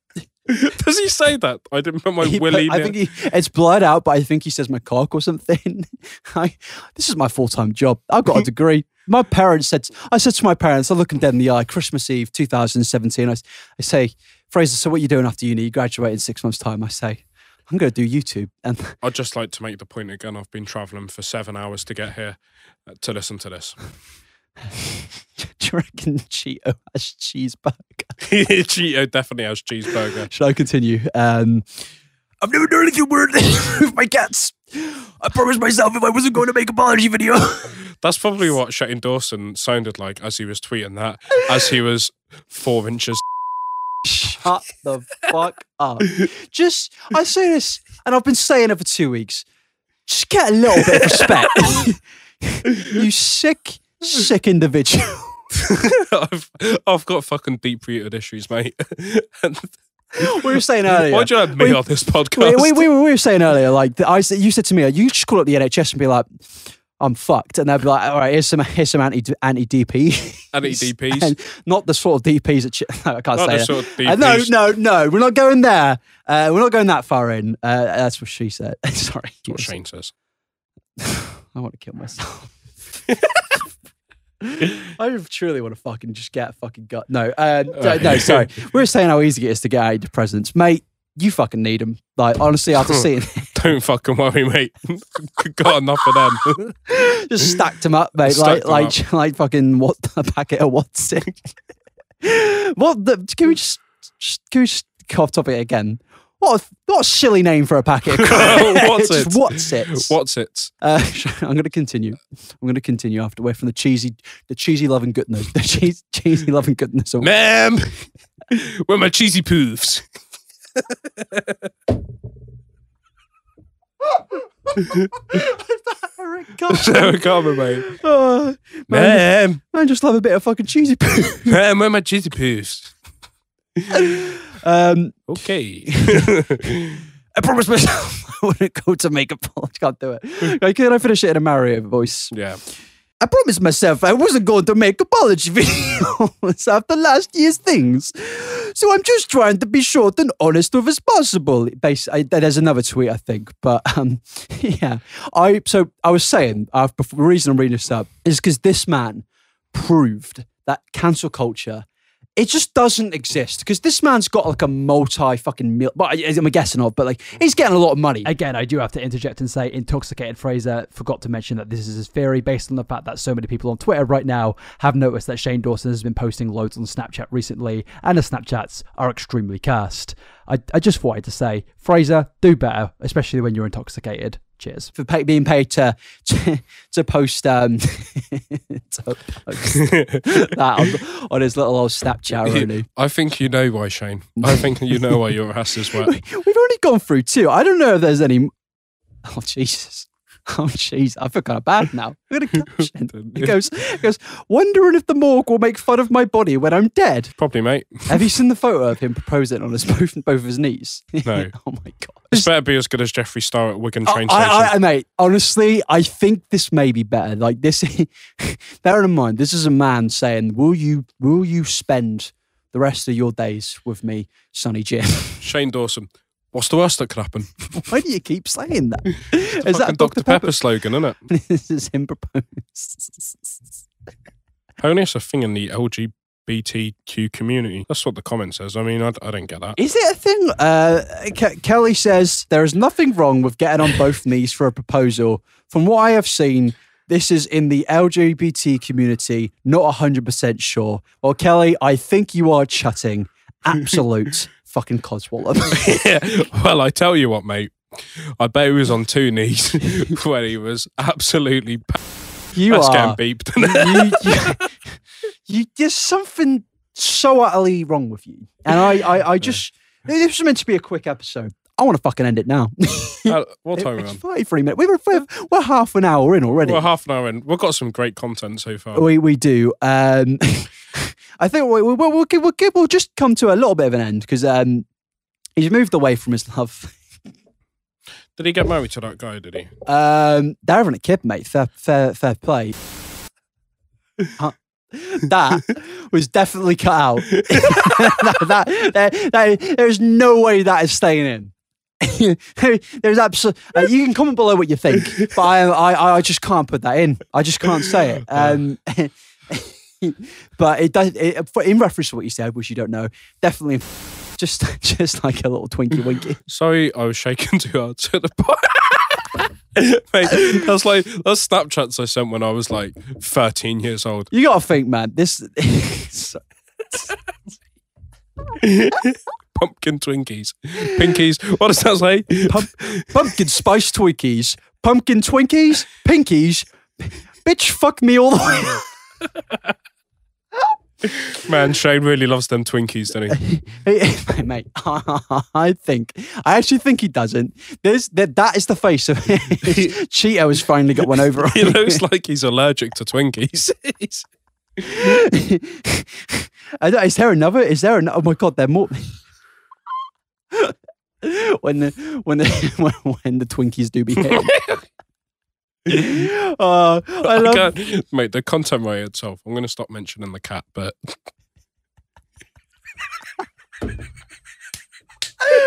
B: Does he say that? I didn't put my
A: He put-
B: willy.
A: I
B: near-
A: think he, it's blurred out, but I think he says my cock or something. I, this is my full time job. I've got a degree. My parents said, I said to my parents, I look them dead in the eye, Christmas Eve 2017. I, s- I say, Fraser, so what are you doing after uni? You graduate in six months' time. I say, I'm going to do YouTube. And
B: I'd just like to make the point again. I've been travelling for seven hours to get here uh, to listen to this.
A: do you reckon Cheeto has cheeseburger?
B: Cheeto definitely has cheeseburger.
A: Should I continue? Um,
C: I've never done anything weird with my cats. I promised myself if I wasn't going to make apology video.
B: That's probably what Shane Dawson sounded like as he was tweeting that, as he was four inches.
A: Shut the fuck up. Just, I say this, and I've been saying it for two weeks. Just get a little bit of respect. you sick, sick individual.
B: I've, I've got fucking deep rooted issues, mate. And
A: We were saying earlier.
B: Why'd you have me
A: we-
B: on this podcast?
A: we, we, we, were- we were saying earlier, like the- I said, you said to me, like, you should call up the NHS and be like, "I'm fucked," and they'd be like, "All right, here's some here's some anti anti DP,
B: Anti DPs.
A: and not the sort of DPs that ch- no, I can't
B: E Not
A: say
B: the
A: that.
B: sort of
A: Uh, no,
B: DPs.
A: no, no, we're not going there. Uh, we're not going that far in. Uh, that's what she said. Sorry,
B: What Shane says.
A: I want to kill myself. I truly want to fucking just get fucking gut. No, uh, no, no, sorry. We were saying how easy it is to get antidepressants, mate. You fucking need them. Like honestly, after seeing
B: Don't fucking worry, mate. got enough of them.
A: just stacked them up, mate.
B: Stacked
A: Like
B: 'em
A: like like fucking what a packet of what's it? what the? Can we just, just can we just go off topic again? What a, what a silly name for a packet. of crisps.
B: What's
A: Just
B: it?
A: What's it?
B: What's it?
A: Uh, I'm going to continue. I'm going to continue after away from the cheesy, the cheesy love and goodness, the cheese, cheesy love and goodness. Award.
B: Ma'am, where my cheesy poofs?
A: God.
B: There we go, mate.
A: Oh, man,
B: Ma'am,
A: man, just love a bit of fucking cheesy. poo.
B: ma'am, where my cheesy poofs?
A: um,
B: Okay.
A: I promised myself I wouldn't go to makeup. I can't do it. Like, can I finish it in a Mario voice?
B: yeah.
A: I promised myself I wasn't going to make apology videos after last year's things. So I'm just trying to be short and honest with as possible. Bas- I, there's another tweet, I think, but um, yeah. I so I was saying uh, before, the reason I'm reading this up is because this man proved that cancel culture it just doesn't exist because this man's got like a multi fucking mil. But I- I'm guessing of, but like he's getting a lot of money.
D: Again, I do have to interject and say, intoxicated Fraser forgot to mention that this is his theory based on the fact that so many people on Twitter right now have noticed that Shane Dawson has been posting loads on Snapchat recently, and the Snapchats are extremely cursed. I, I just wanted to say, Fraser, do better, especially when you're intoxicated. Cheers.
A: for pay, being paid to to, to post um to post that on, on his little old Snapchat. Really,
B: I think you know why, Shane. I think you know why your ass is wet.
A: we've only gone through two. I don't know if there's any. Oh Jesus. Oh jeez, I feel kind of bad now. I'm gonna catch it. He goes, he goes, wondering if the morgue will make fun of my body when I'm dead.
B: Probably, mate.
A: Have you seen the photo of him proposing on his both both of his knees?
B: No.
A: oh my god.
B: This better be as good as Jeffree Star at Wigan train
A: I-
B: station.
A: I, I, mate, honestly, I think this may be better. Like this, bearing in mind, this is a man saying, "Will you, will you spend the rest of your days with me, Sonny Jim?"
B: Shane Dawson. What's the worst that could happen?
A: Why do you keep saying that? Is that a
B: Fucking Dr. Pepper slogan, isn't it?
A: this is him proposed.
B: Apparently, it's a thing in the LGBTQ community. That's what the comment says. I mean, I, I don't get that.
A: Is it a thing? Uh, Ke- Kelly says there is nothing wrong with getting on both knees for a proposal. From what I have seen, this is in the LGBT community, not 100% sure. Well, Kelly, I think you are chatting absolute fucking codswallop.
B: well, I tell you what, mate. I bet he was on two knees when he was absolutely. Pa-
A: You
B: that's
A: are.
B: getting beeped.
A: you, you, you, there's something so utterly wrong with you. And I, I, I just, this was meant to be a quick episode. I want to fucking end it now.
B: Uh, what time are we
A: it's
B: on?
A: 43 minutes. We were, we're, we're half an hour in already.
B: We're half an hour in. We've got some great content so far.
A: We we do. Um, I think we, we, we'll, we'll, gi- we'll, gi- we'll just come to a little bit of an end because um, he's moved away from his love.
B: Did he get married to that guy? Did he?
A: Um, they're having a kid, mate. Fair, fair, fair play. Huh. that was definitely cut out. that, that, that- that- there's no way that is staying in. There's absolutely. Uh, you can comment below what you think, but I, I, I just can't put that in. I just can't say it. Um, but it does. It, for- in reference to what you said, which you don't know, definitely, just, just like a little twinkie winky.
B: Sorry, I was shaking too hard to the point. Mate, that's like those Snapchats I sent when I was like 13 years old.
A: You gotta think, man. This. so-
B: Pumpkin Twinkies, Pinkies. What does that say?
A: Pump, pumpkin spice Twinkies, pumpkin Twinkies, pinkies. Bitch, fuck me all the way.
B: Man, Shane really loves them Twinkies, doesn't he?
A: Hey, Mate, I think I actually think he doesn't. There's that. That is the face of Cheeto has finally got one over. on
B: He looks like he's allergic to Twinkies.
A: I don't- is there another? Is there another? Oh my god, they're more. when the when the when, when the Twinkies do be hit. uh, I love
B: Okay. Mate, the content writer itself. I'm going to stop mentioning the cat, but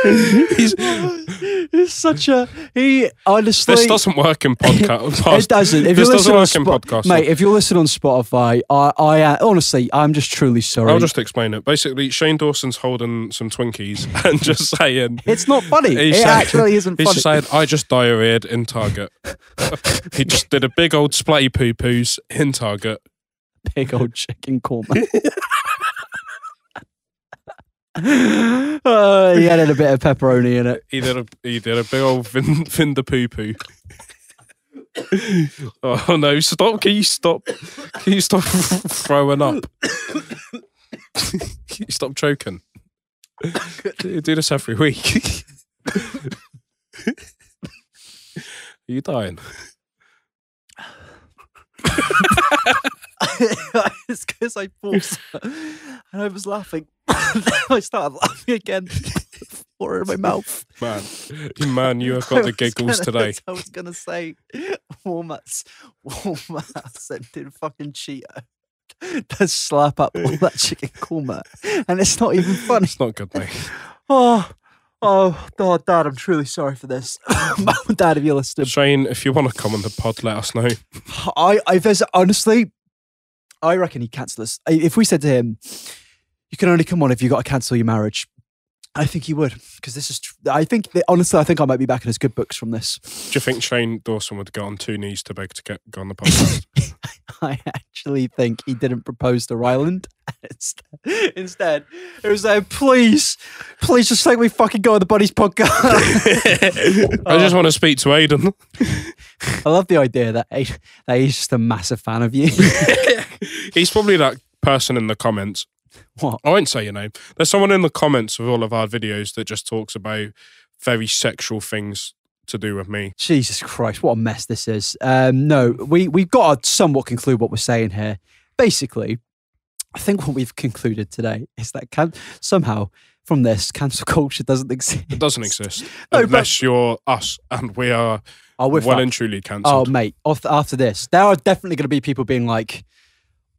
B: he's,
A: It's such a he honestly.
B: this doesn't work in podcast.
A: it doesn't. If
B: this
A: you listen
B: doesn't
A: on
B: work in
A: Spo-
B: podcast.
A: mate. If you listen on Spotify, I, I uh, honestly, I'm just truly sorry.
B: I'll just explain it. Basically, Shane Dawson's holding some Twinkies and just saying.
A: it's not funny. It
B: He's saying-
A: actually isn't
B: He's
A: funny.
B: just saying, I just diarrheaed in Target. he just did a big old splatty poo poos in Target.
A: Big old chicken korma. uh, he added a bit of pepperoni in it.
B: He did a he did a big old vin, Vinder poo poo. oh no! Stop! Can you stop? Can you stop throwing up? Can you stop choking? You do this every week. Are you dying?
A: it's because I paused and I was laughing. I started laughing again. Water in my mouth.
B: Man, man, you have got the giggles today.
A: I was gonna say Walmart's Walmart sending fucking Cheeto does slap up all that chicken korma, and it's not even funny.
B: It's not good, mate.
A: Oh, oh, God, Dad, I'm truly sorry for this. Mum and Dad, if you're listening,
B: Shane, if you want to come on the pod, let us know.
A: I, I, there's honestly, I reckon he cancelled us. I- If we said to him, "You you can only come on if you got to cancel your marriage. I think he would because this is. Tr- I think that, honestly, I think I might be back in his good books from this.
B: Do you think Shane Dawson would go on two knees to beg to get go on the podcast?
A: I actually think he didn't propose to Ryland. Instead, instead, it was like, please, please just let me fucking go on the Buddies podcast.
B: I just want to speak to Aiden.
A: I love the idea that, he, that he's just a massive fan of you.
B: He's probably that person in the comments.
A: What?
B: I won't say your name. There's someone in the comments of all of our videos that just talks about very sexual things to do with me.
A: Jesus Christ, what a mess this is. Um, no, we, we've got to somewhat conclude what we're saying here. Basically, I think what we've concluded today is that can- somehow from this, cancel culture doesn't exist.
B: It doesn't exist
A: No, but-
B: unless you're us and we are
A: Oh, we're
B: well
A: fucked.
B: and truly
A: Oh,
B: cancelled.
A: mate, off- after this, there are definitely going to be people being like,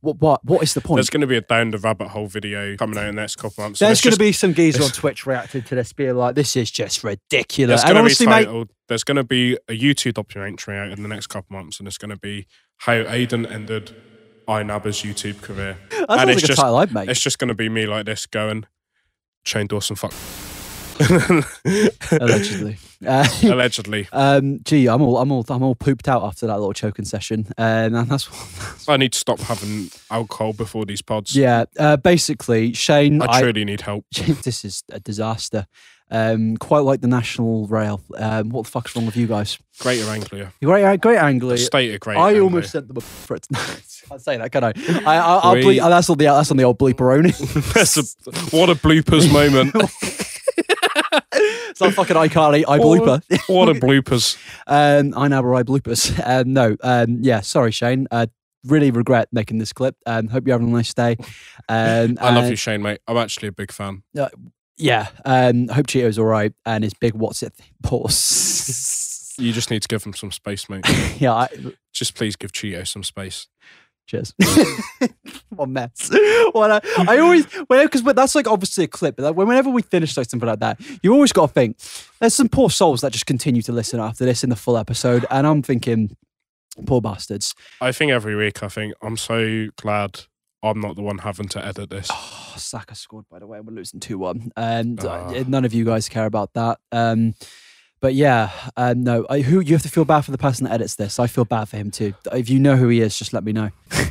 A: what, what, what is the point?
B: There's going to be a down the rabbit hole video coming out in the next couple months.
A: There's going to
B: to
A: be some geezer on Twitch reacting to this, being like, "This is just ridiculous."
B: There's
A: And
B: going to
A: honestly,
B: be
A: mate,
B: titled, There's going to be a YouTube documentary out in the next couple months, and it's going to be how Aiden ended Inaba's YouTube career.
A: that
B: and
A: sounds
B: it's
A: like a
B: just
A: title I'd make.
B: it's just going to be me like this going, Shane Dawson, fuck.
A: Allegedly, uh,
B: Allegedly,
A: um, gee, I'm all, I'm all, I'm all pooped out after that little choking session, um, and that's
B: I need to stop having alcohol before these pods.
A: yeah. Uh, basically, Shane,
B: I
A: I,
B: truly need help.
A: this is a disaster. Um, quite like the National Rail. Um, what the fuck's wrong with you guys?
B: Greater Anglia,
A: Great, great Anglia.
B: state of Greater.
A: I
B: Anglia.
A: almost sent them a for it. I'd say that, can I? I, I I'll
B: We-
A: bleep, that's on the that's on the old bleeperoni.
B: That's a, what a bloopers moment.
A: it's like fucking iCarly, I blooper.
B: what a bloopers.
A: Um, I now I bloopers. Um, no, um, yeah, sorry, Shane. Uh, really regret making this clip. Um, hope you're having a nice day. Um,
B: I love
A: and-
B: you, Shane, mate. I'm actually a big fan.
A: Yeah, um, hope Cheeto's all right and his big what's it thing- pause.
B: You just need to give him some space, mate.
A: yeah, I,
B: just please give Cheeto some space.
A: cheers. what a mess. What a, I always, because that's like obviously a clip, but like, whenever we finish like something like that, you always got to think there's some poor souls that just continue to listen after this in the full episode. And I'm thinking, poor bastards.
B: I think every week, I think I'm so glad I'm not the one having to edit this.
A: Oh, Saka scored, by the way. We're losing 2 1. And
B: Ah.
A: uh, none of you guys care about that. Um, but yeah, um, no, I, who you have to feel bad for the person that edits this. I feel bad for him too. If you know who he is, just let me know.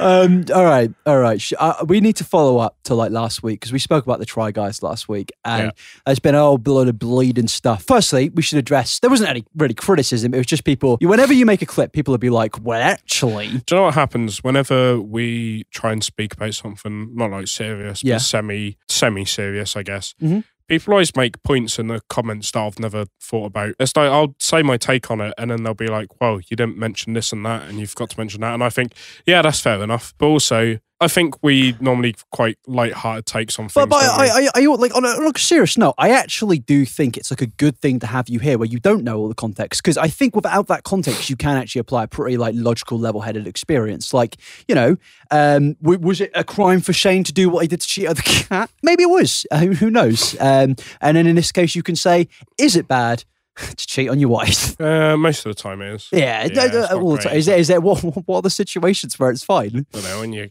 A: um, all right, all right. Sh- Uh, we need to follow up to like last week because we spoke about the Try Guys last week, and
B: Yeah.
A: there's been a whole load of bleeding stuff. Firstly, we should address there wasn't any really criticism. It was just people. Whenever you make a clip, people would be like, "Well, actually,
B: Do you know what happens whenever we try and speak about something not like serious,
A: Yeah.
B: but semi semi serious, I guess.
A: Mhm.
B: People always make points in the comments that I've never thought about. It's like I'll say my take on it, and then they'll be like, "Well, you didn't mention this and that, and you've got to mention that." And I think, yeah, that's fair enough. But also, I think we normally quite light-hearted takes on things.
A: But, but
B: don't we?
A: I, I, I, like on a, on a serious note, I actually do think it's like a good thing to have you here where you don't know all the context because I think without that context, you can actually apply a pretty like logical, level-headed experience. Like you know, um, w- was it a crime for Shane to do what he did to Cheeto the cat? Maybe it was. Uh, who- who knows? Um, and then in this case, you can say, is it bad to cheat on your wife?
B: Uh, most of the time it is.
A: Yeah, uh,
B: Yeah, it's not
A: all the time.
B: great.
A: Is there, is there what, what are the situations where it's fine?
B: You know, when you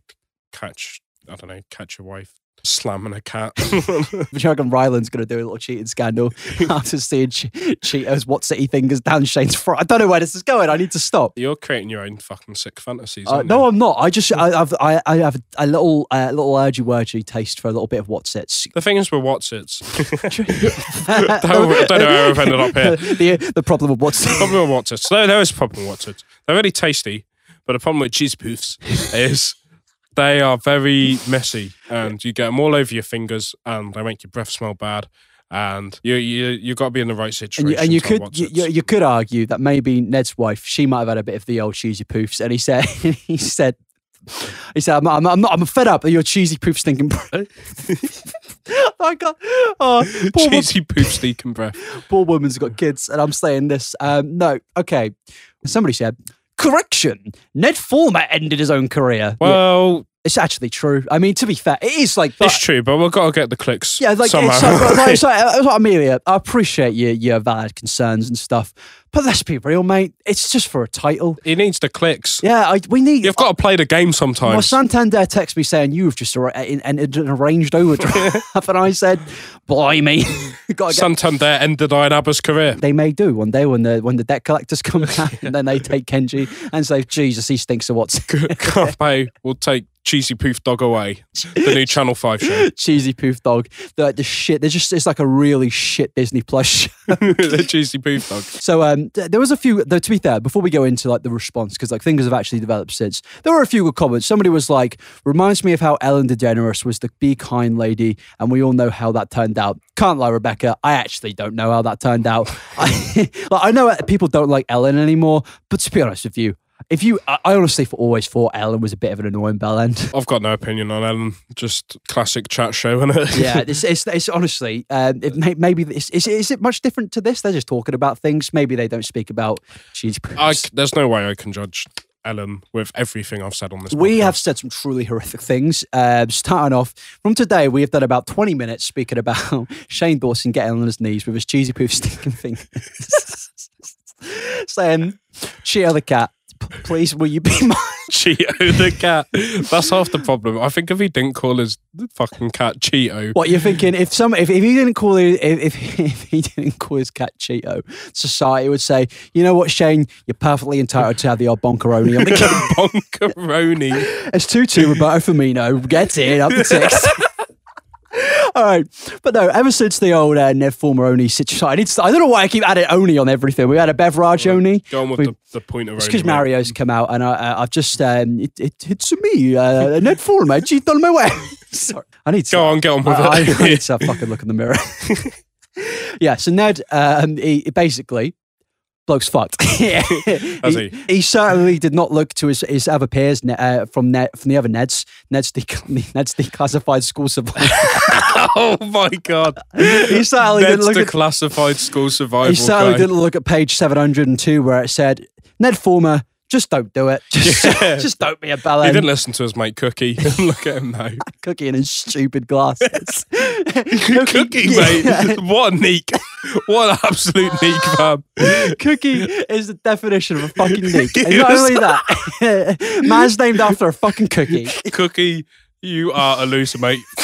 B: catch, I don't know, catch your wife slamming a cat.
A: Do you reckon Ryland's going to do a little cheating scandal after seeing che- Cheetos What City fingers down Shane's front? I don't know where this is going. I need to stop.
B: You're creating your own fucking sick fantasies.
A: Uh,
B: aren't
A: no,
B: you?
A: I'm not. I just I, I've, I, I have a little uh, little urgy worgy taste for a little bit of what's it.
B: The thing is with Watsits,
A: don't,
B: know- don't know how I've ended up here.
A: the, the problem of what's it.
B: problem with Watsits, there, there is a problem with Watsits. They're really tasty, but the problem with cheese poofs is they are very messy and you get them all over your fingers and they make your breath smell bad. And you you you got to be in the right
A: And
B: situation.
A: you, and you
B: to
A: could
B: have
A: you,
B: Watsits.
A: you, you could argue that maybe Ned's wife she might have had a bit of the old cheesy poofs, and he said he said he said I'm, I'm, I'm not I'm fed up of your cheesy poofs stinking breath. I got oh, poor, wo-
B: cheesy poof stinking breath.
A: poor woman's got kids, and I'm saying this. Um, no, okay. Somebody said correction. Ned Former ended his own career.
B: Well,
A: It's actually true. I mean, to be fair, it is like
B: it's true, but we've got to get the clicks.
A: Yeah, like,
B: somehow.
A: it's like, like, it's like- it's like, Amelia, I appreciate your, your valid concerns and stuff, but let's be real, mate. It's just for a title.
B: he needs the clicks.
A: Yeah, I, we need.
B: You've got to play the game
A: my
B: sometimes.
A: Santander texted me saying you've just ar- en- entered an arranged overdraft, and I said, "Blimey, got to get."
B: Santander ended Iron Abba's career.
A: They may do one day when the when the debt collectors come back, and then they take Kenji and say, "Jesus, he stinks of what's
B: Cafe will take Cheesy Poof Dog away. The new Channel 5 show.
A: cheesy poof dog." They're like the shit. They're just it's like a really shit Disney Plus show.
B: the Cheesy Poof Dog.
A: So um, th- there was a few. Though to be fair, before we go into like the response, because like things have actually developed since, there were a few good comments. Somebody was like, "Reminds me of how Ellen DeGeneres was the be kind lady," and we all know how that turned out. Can't lie, Rebecca. I actually don't know how that turned out. I, like, I know that people don't like Ellen anymore, but to be honest with you, if you, I, I honestly f- always thought Ellen was a bit of an annoying bell end.
B: I've got no opinion on Ellen. Just classic chat show, innit?
A: yeah, it's, it's, it's honestly, um, it may, maybe it's, is, is it much different to this? They're just talking about things. Maybe they don't speak about cheese.
B: I c there's no way I can judge Ellen with everything I've said on this.
A: We
B: podcast.
A: have said some truly horrific things. Uh, starting off from today, we have done about 20 minutes speaking about Shane Dawson getting on his knees with his cheesy poof stinking fingers, saying, Cheer the cat. P- Please, will you be mine?
B: Cheeto the cat. That's half the problem. I think if he didn't call his fucking cat Cheeto,
A: What you're thinking? If some, if, if he didn't call his, if, if if he didn't call his cat Cheeto, society would say, you know what, Shane, you're perfectly entitled to have the odd bonkeroni on the cat.
B: bonkeroni.
A: It's 2 2 Roberto Firmino. Get in, up the six. All right, but no. Ever since the old uh, Nev former Oni situation, I, need to, I don't know why I keep adding Oni on everything. We had a Beverage Oni.
B: Go on with
A: We-
B: the, the point of
A: It's because Mario's come out, and I, I, I've just um, it, it, it's me, uh, Ned Former. Cheat on my way. Sorry, I need to
B: Go on, get on with
A: I, I need
B: it.
A: to Uh, fucking look in the mirror. yeah, so Ned, um, he, he basically, bloke's fucked. yeah.
B: he?
A: certainly did not look to his, his other peers ne- uh, from Ned, from the other Neds. Ned's, de- Ned's declassified school survival.
B: oh my god!
A: he certainly didn't
B: Ned's
A: look
B: the
A: at
B: classified school survival.
A: he certainly
B: guy.
A: didn't look at page 702 where it said, Ned Former, just don't do it. Just,
B: Yeah.
A: just don't be a
B: He
A: ballet.
B: didn't listen to his mate Cookie. look at him now.
A: Cookie in his stupid glasses.
B: Cookie, mate. What a neek. What an absolute neek, fam.
A: Cookie is the definition of a fucking dick. And not only that, man's named after a fucking cookie.
B: Cookie, you are a loser, mate.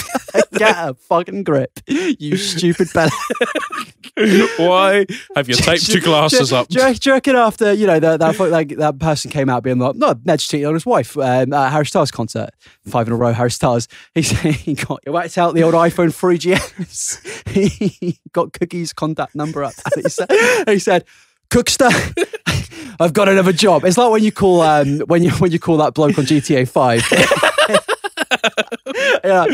A: Get a fucking grip, you stupid bell.
B: Why have you taped your glasses up?
A: Do you, do you reckon after you know that that, fu- like, that person came out being like, "No, Ned's cheating on his wife um, at Harry Styles concert, five in a row." Harry Styles, he said he got he whacked out the old iPhone 3GS. he got Cookie's contact number up. And he said, he said, "Cookster, I've got another job." It's like when you call um, when you when you call that bloke on GTA Five. yeah,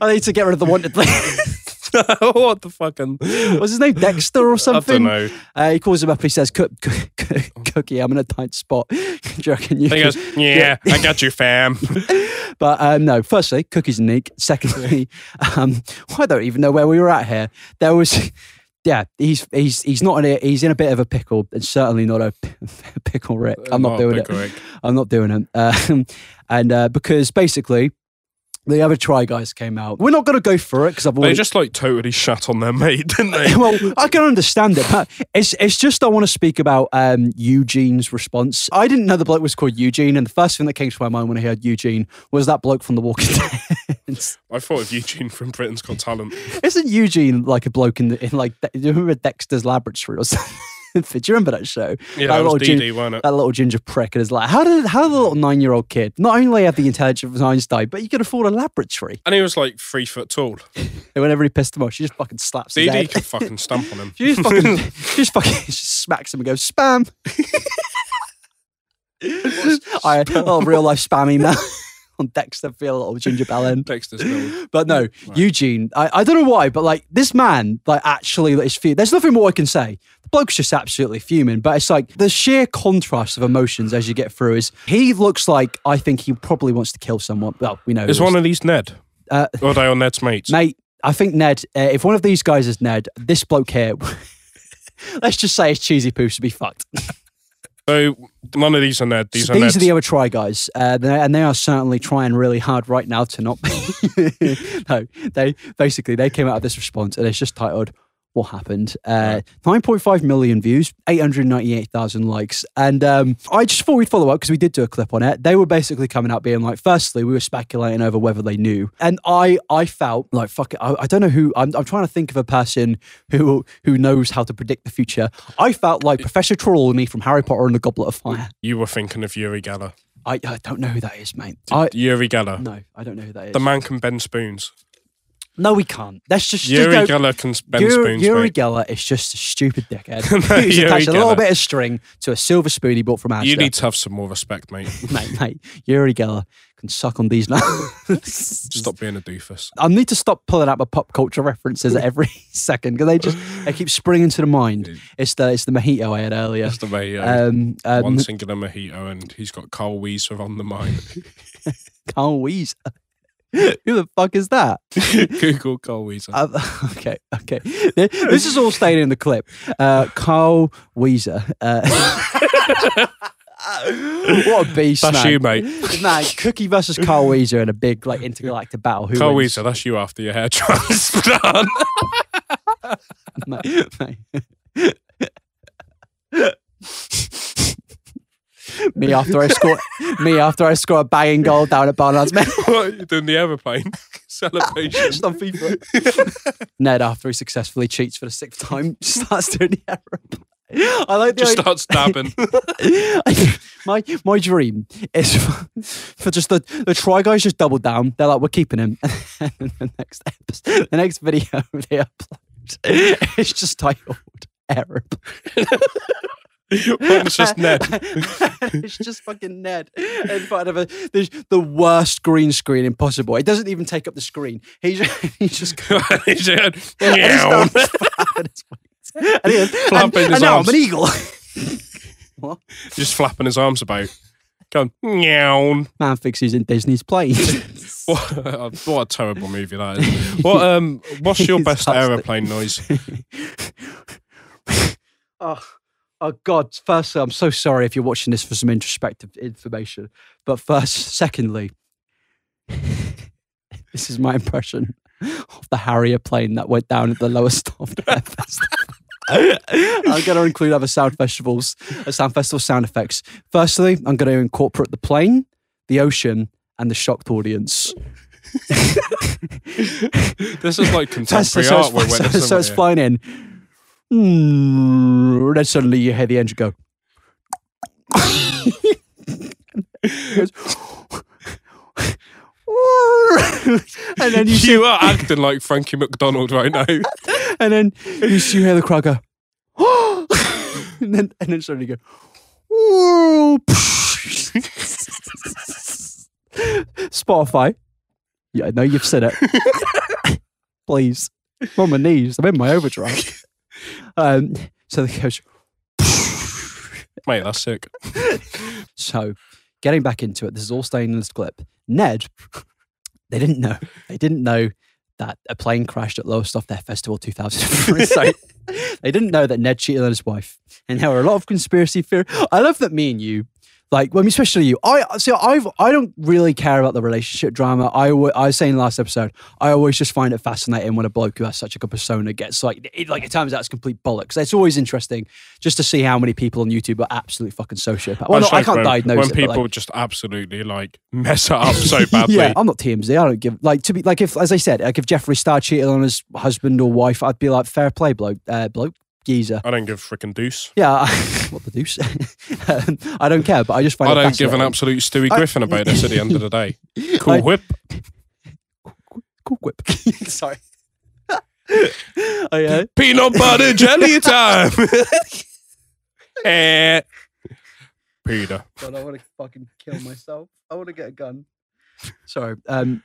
A: I need to get rid of the wanted list.
B: what the fucking? I
A: What's his name? Dexter or something?
B: don't know.
A: Uh, he calls him up. He says, "Cook, cook, cook- Cookie, I'm in a tight spot. Do you reckon you?"
B: He
A: could-
B: goes, yeah, I got you, fam.
A: But um, no. Firstly, Cookie's unique. Secondly, um, I don't even know where we were at here. There was, yeah, he's he's he's not in a, he's in a bit of a pickle, and certainly not a p- pickle Rick. I'm not,
B: Uh, Not a
A: doing it.
B: pickle Rick.
A: I'm not doing it. Um, and uh, because basically. The other try guys came out. We're not going to go for it because I've
B: They
A: already
B: just like totally shat on their mate, didn't they?
A: well, I can understand it, but it's it's just I want to speak about um, Eugene's response. I didn't know the bloke was called Eugene, and the first thing that came to my mind when I heard Eugene was that bloke from The Walking Dead.
B: I thought of Eugene from Britain's Got Talent.
A: Isn't Eugene like a bloke in, the, in like do you remember Dexter's Laboratory or something? Do you remember that show?
B: Yeah,
A: that
B: that was
A: little
B: Dee
A: gin-
B: Dee, wasn't it?
A: That little ginger prick and his like, how did how did the little nine year old kid not only have the intelligence of Einstein, but he could afford a laboratory?
B: And he was like three foot tall.
A: And whenever he pissed him off, she just fucking slaps his
B: DD
A: head.
B: could fucking stamp on him.
A: She just fucking, she just fucking she just smacks him and goes, spam. I, a little real life spam email on Dexter for a little ginger bellend.
B: Dexter's little.
A: But no, Eugene, I, I don't know why, but like this man, like actually is fuming. There's nothing more I can say. The bloke's just absolutely fuming. But it's like the sheer contrast of emotions as you get through is he looks like I think he probably wants to kill someone. Well, we know.
B: Is
A: he
B: one
A: wants-
B: of these Ned?
A: Uh,
B: or are they on Ned's mates?
A: Mate, I think Ned, uh, if one of these guys is Ned, this bloke here, let's just say it's cheesy poofs to be fucked.
B: So none of these are Ned. These
A: So
B: are
A: these
B: Ned's.
A: are the other try guys, uh, they- and they are certainly trying really hard right now to not be. no, they basically they came out of this response, and it's just titled "What Happened." Uh, Nine point five million views, eight hundred ninety-eight thousand likes, and um, I just thought we'd follow up because we did do a clip on it. They were basically coming out being like, firstly, we were speculating over whether they knew, and I I felt like fuck it, I, I don't know who I'm, I'm trying to think of a person who who knows how to predict the future. I felt like Professor Trelawney from Harry Potter and the Goblet of Fire.
B: you were thinking of Yuri Geller.
A: I, I don't know who that is, mate. I
B: Yuri Geller.
A: no, I don't know who that is.
B: The man can bend spoons.
A: no, we can't. That's just
B: Yuri
A: just go-
B: Geller can bend
A: Yuri-
B: spoons.
A: Yuri
B: mate.
A: Geller is just a stupid dickhead. He's
B: Yuri
A: attached a little
B: Geller.
A: bit of string to a silver spoon he bought from Asda.
B: you need to have some more respect, mate.
A: mate, mate. Yuri Geller can suck on these now.
B: Stop being a doofus.
A: I need to stop pulling out my pop culture references at every second because they just they keep springing to the mind. It's the it's the mojito I had earlier.
B: That's the way. Uh,
A: Um, um,
B: one singular mojito, and he's got Carl Weezer on the mind.
A: Carl Weezer. Who the fuck is that?
B: Google Carl Weezer.
A: Uh, okay, okay. This is all staying in the clip. Uh, Carl Weezer. Uh, what a beast,
B: That's
A: man.
B: you, mate.
A: Man, Cookie versus Carl Weezer in a big like intergalactic battle. Who
B: Carl
A: wins?
B: Weezer, that's you after your hair transplant.
A: Mate, mate. me after I score, me after I score a banging goal down at Barnard's. Man,
B: what you doing the aeroplane celebration?
A: Just on FIFA. Ned, after he successfully cheats for the sixth time, starts doing the error. I like the
B: Just
A: idea-
B: start stabbing.
A: my my dream is for, for just the the try guys just double down. They're like, we're keeping him. And then the next episode, the next video they upload, it's just titled Arab.
B: One's just Ned.
A: it's just fucking Ned in front of a the, the worst green screen impossible. It doesn't even take up the screen. He's he's just
B: He's had-
A: and
B: Meow.
A: he's flapping his wings. And he goes, and,
B: Flapping his
A: and now I'm
B: arms.
A: an eagle.
B: Just flapping his arms about. Going, meow.
A: Man thinks he's in Disney's plane.
B: What a, what a terrible movie that is. What um what's your
A: He's
B: best
A: absolutely-
B: aeroplane noise?
A: Oh, oh God. Firstly, I'm so sorry if you're watching this for some introspective information. But first, secondly, this is my impression of the Harrier plane that went down at the lowest of the Air Festival. I'm going to include other sound festivals, uh, sound festival sound effects. Firstly, I'm going to incorporate the plane, the ocean, and the shocked audience.
B: This is
A: Tesla
B: like contemporary
A: so it's,
B: art we're
A: so-
B: witnessing
A: so it's
B: here.
A: flying in. Mm, then suddenly you hear the engine go. It goes, and then you see,
B: You are acting like Frankie McDonald right now.
A: and then you, see- you hear the crowd go, and then and then suddenly you go. Spotify. Yeah, I know you've said it. Please. I'm on my knees. I'm in my overdrive. Um, so the coach.
B: Mate, that's sick.
A: So getting back into it, this is all staying in this clip. Ned, they didn't know. They didn't know that a plane crashed at Lowestoft Air Festival 2003. so they didn't know that Ned cheated on his wife. And there were a lot of conspiracy theory. I love that me and you, like, well, I mean, especially you, I see, I've, I don't really care about the relationship drama. I, alwa- I was saying last episode, I always just find it fascinating when a bloke who has such a good persona gets like, it, like, it turns out it's complete bollocks. It's always interesting just to see how many people on YouTube are absolutely fucking sociopath. Well, no,
B: Much
A: I
B: like
A: can't
B: when,
A: diagnose
B: when
A: it, but, like-
B: people just absolutely like mess it up so badly.
A: yeah, I'm not TMZ. I don't give like to be like if as I said, like if Jeffree Star cheated on his husband or wife, I'd be like fair play, bloke, uh, bloke, geezer.
B: I don't give a frickin' deuce.
A: Yeah, I- what the deuce? um, I don't care, but I just find
B: I
A: it
B: don't give an
A: fascinating.
B: absolute Stewie
A: I-
B: Griffin about this at the end of the day. Cool
A: I-
B: whip.
A: Cool quip. Sorry. I, uh,
B: Peanut butter jelly time. eh. Peter.
A: God, I want to fucking kill myself. I want to get a gun. Sorry. Um,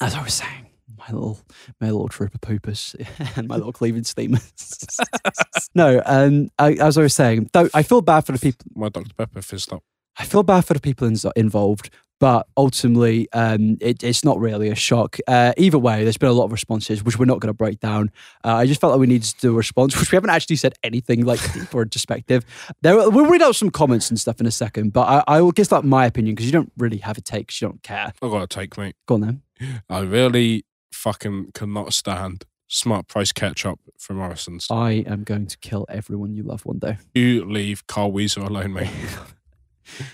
A: as I was saying, my little my little trooper poopers and my little Cleveland steamers. no, um, I, as I was saying, though, I feel bad for the people.
B: My Dr. Pepper fizzed up.
A: I feel bad for the people in- involved, But ultimately, um, it, it's not really a shock. Uh, either way, there's been a lot of responses, which we're not going to break down. Uh, I just felt like we needed to do a response, which we haven't actually said anything like deep or introspective. There, we'll read out some comments and stuff in a second, but I, I will give like my opinion because you don't really have a take, 'cause you don't care.
B: I got a take, mate.
A: Go on then.
B: I really fucking cannot stand smart price ketchup from Morrison's.
A: I am going to kill everyone you love one day.
B: You leave Carl Weezer alone, mate.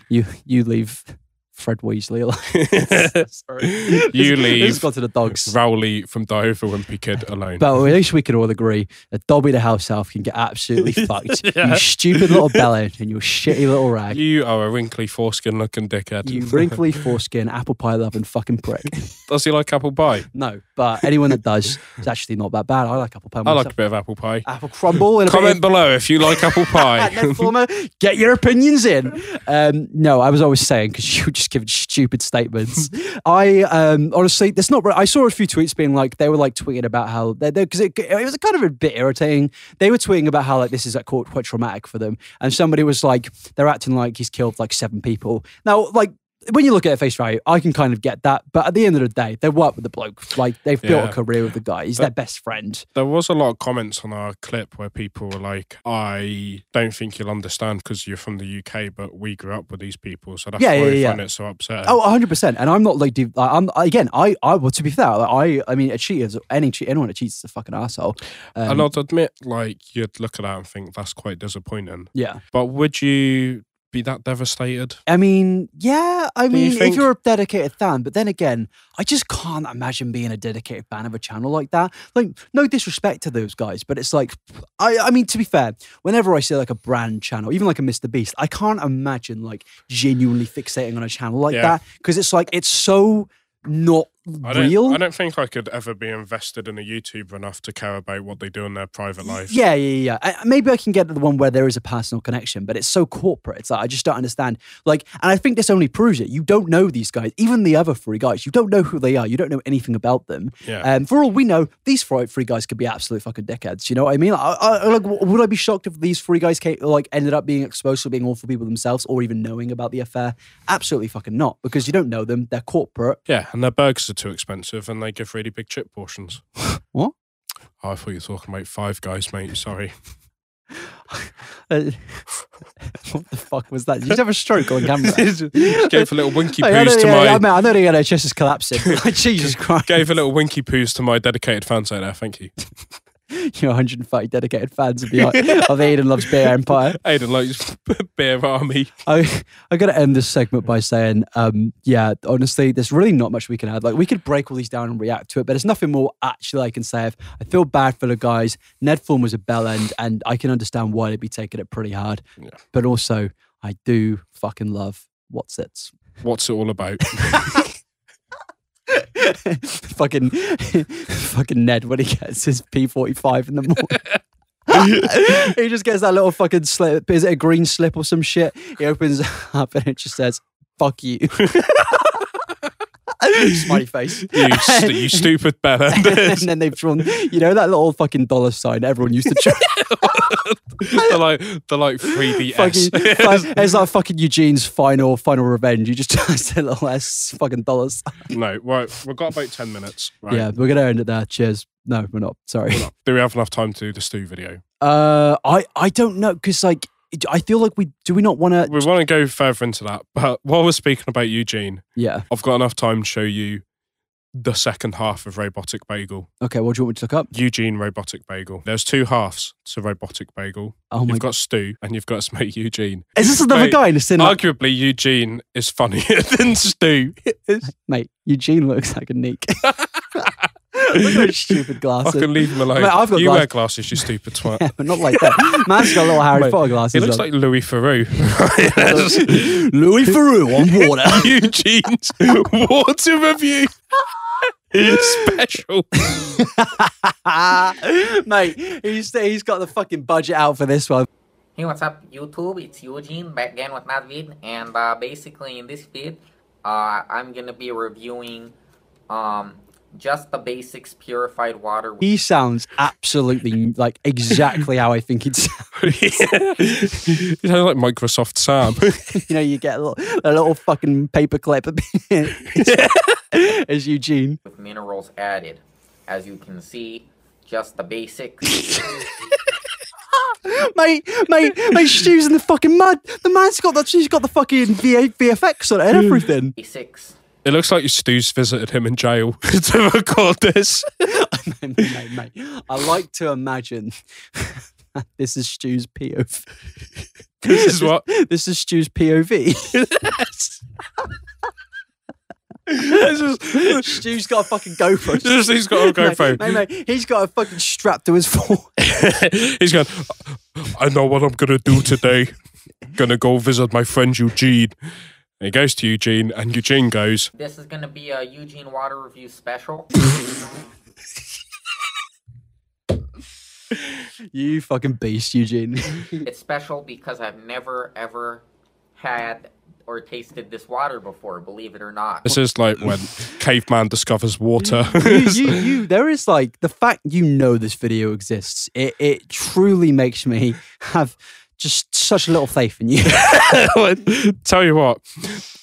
A: You you leave Fred Weasley alone. Sorry.
B: You
A: This has
B: leave
A: gone to the dogs.
B: Rowley from Diova Wimpy Kid alone.
A: But at least we can all agree that Dobby the house elf can get absolutely fucked.
B: Yeah.
A: You stupid little bellend and your shitty little rag. You,
B: you are a wrinkly foreskin looking dickhead.
A: wrinkly foreskin, apple pie loving fucking prick.
B: Does he like apple pie?
A: No, but anyone that does is actually not that bad. I like apple pie.
B: I
A: Myself.
B: like a bit of apple pie.
A: apple crumble. And a bit
B: Comment
A: of-
B: below if you like apple pie.
A: Ned Fulmer, get your opinions in. Um, no, I was always saying because you were just giving stupid statements. I um, honestly, that's not. right. I saw a few tweets being like they were like tweeting about how they because it, it was kind of a bit irritating. They were tweeting about how like this is like quite, quite traumatic for them, and somebody was like they're acting like he's killed like seven people. Now, like. When you look at it face value, I can kind of get that. But at the end of the day, they work with the bloke. Like they've built
B: Yeah.
A: a career with the guy. He's their best friend.
B: there was a lot of comments on our clip where people were like, I don't think you'll understand because you're from the UK, but we grew up with these people. So that's
A: Yeah,
B: why
A: yeah,
B: we
A: yeah.
B: find it so upsetting.
A: Oh, 100 percent. And I'm not like de- I- I'm again. I I well, to be fair, like, I I mean, a cheat is any cheat. Anyone that cheats is a fucking asshole. Um,
B: and I'll admit, like, you'd look at that and think that's quite disappointing.
A: yeah.
B: But would you be that devastated?
A: I mean, yeah. I
B: Do you
A: mean,
B: think-
A: if you're a dedicated fan, but then again, I just can't imagine being a dedicated fan of a channel like that. Like, no disrespect to those guys, but it's like, I I mean, to be fair, whenever I see like a brand channel, even like a Mr Beast, I can't imagine like genuinely fixating on a channel like
B: Yeah.
A: that because it's like it's so not
B: I don't,
A: real.
B: I don't think I could ever be invested in a YouTuber enough to care about what they do in their private life.
A: Yeah, yeah, yeah. I, maybe I can get to the one where there is a personal connection, but it's so corporate. It's like I just don't understand. Like, and I think this only proves it. You don't know these guys, even the other three guys. You don't know who they are. You don't know anything about them.
B: Yeah.
A: Um, for all we know, these fri- three guys could be absolute fucking dickheads. You know what I mean? I, I, like, w- would I be shocked if these three guys came, like ended up being exposed to being awful people themselves, or even knowing about the affair? Absolutely fucking not, because you don't know them. They're corporate.
B: Yeah, and their burgers are too expensive and they give really big chip portions.
A: What?
B: Oh, I thought you were talking about five guys, mate. Sorry.
A: Uh, what the fuck was that? Did you just have a stroke on camera?
B: gave a little winky
A: Like, I
B: poos
A: know,
B: to
A: yeah,
B: my
A: yeah, man, I know the NHS is collapsing. Like, Jesus Christ.
B: gave a little winky poos to my dedicated fans out there. Thank you.
A: You know, 130 dedicated fans of the, of the Aiden Loves Beer Empire.
B: Aiden likes beer army.
A: I, I got to end this segment by saying, um, yeah, honestly, there's really not much we can add. Like, we could break all these down and react to it, but there's nothing more actually I can say. If I feel bad for the guys. Ned Fulm was a bell end, and I can understand why they'd be taking it pretty hard.
B: Yeah.
A: But also, I do fucking love What's It's.
B: What's it all about?
A: fucking fucking Ned when he gets his P forty five in the morning. he just gets that little fucking slip. Is it a green slip or some shit? He opens up and it just says "fuck you." Smiley face.
B: you, st- you stupid bellend.
A: and then they've drawn, you know, that little fucking dollar sign everyone used to draw.
B: they're like they're like 3DS.
A: fucking, fi- it's like fucking Eugene's final, final revenge. You just just a little S fucking dollars.
B: no, right. We've got about ten minutes. Right.
A: Yeah, we're gonna end it there. Cheers. No, we're not. Sorry.
B: Do we have enough time to do the stew video?
A: Uh, I I don't know because like it- I feel like we do we not want to.
B: We want to go further into that, but while we're speaking about Eugene,
A: Yeah.
B: I've got enough time to show you the second half of Robotic Bagel.
A: Okay. What do you want me to look up?
B: Eugene Robotic Bagel. There's two halves to Robotic Bagel.
A: Oh my
B: you've got Stu and you've got his mate Eugene.
A: Is this another
B: Mate,
A: guy in a cinema?
B: Arguably, Eugene is funnier than Stu.
A: Mate, Eugene looks like a neek. look at those stupid
B: I
A: glasses.
B: can leave him alone.
A: Mate, I've got
B: you
A: glass-
B: wear glasses, you stupid twat.
A: Yeah, but not like that. Man's got little Harry
B: Mate,
A: Potter
B: He
A: glasses
B: looks
A: on.
B: like Louis Theroux. That's
A: Louis Theroux on water.
B: Eugene's water review special.
A: Mate, he's he's got the fucking budget out for this one.
E: Hey, what's up, YouTube? It's Eugene back again with Nadvid, and uh, basically in this vid, uh, I'm gonna be reviewing um, Just the basics purified water.
A: He sounds absolutely like exactly how I think it sounds.
B: you sound like Microsoft Sam.
A: You know, you get a little, a little fucking paperclip as Eugene.
E: with minerals added. As you can see, just the basics.
A: Mate, mate, mate, Stu's in the fucking mud. The man's got the, she's got the fucking VA, VFX on it and everything.
E: basics.
B: it looks like Stu's visited him in jail to record this.
A: mate, mate, mate, I like to imagine that this is Stu's POV.
B: This is what
A: This is Stu's POV.
B: this is.
A: Stu's got a fucking GoPro.
B: This is he's got
A: Oh,
B: a GoPro.
A: Mate, mate, mate, he's got a fucking strap to his forehead.
B: He's going, I know what I'm going to do today. going to go visit my friend Eugene. And he goes to Eugene, and Eugene goes,
E: This is gonna be a Eugene Water Review special.
A: You fucking beast, Eugene.
E: it's special because I've never ever had or tasted this water before, believe it or not.
B: This is like when caveman discovers water.
A: you, you, you, there is like the fact you know this video exists. It, it truly makes me have just such little faith in you.
B: Tell you what,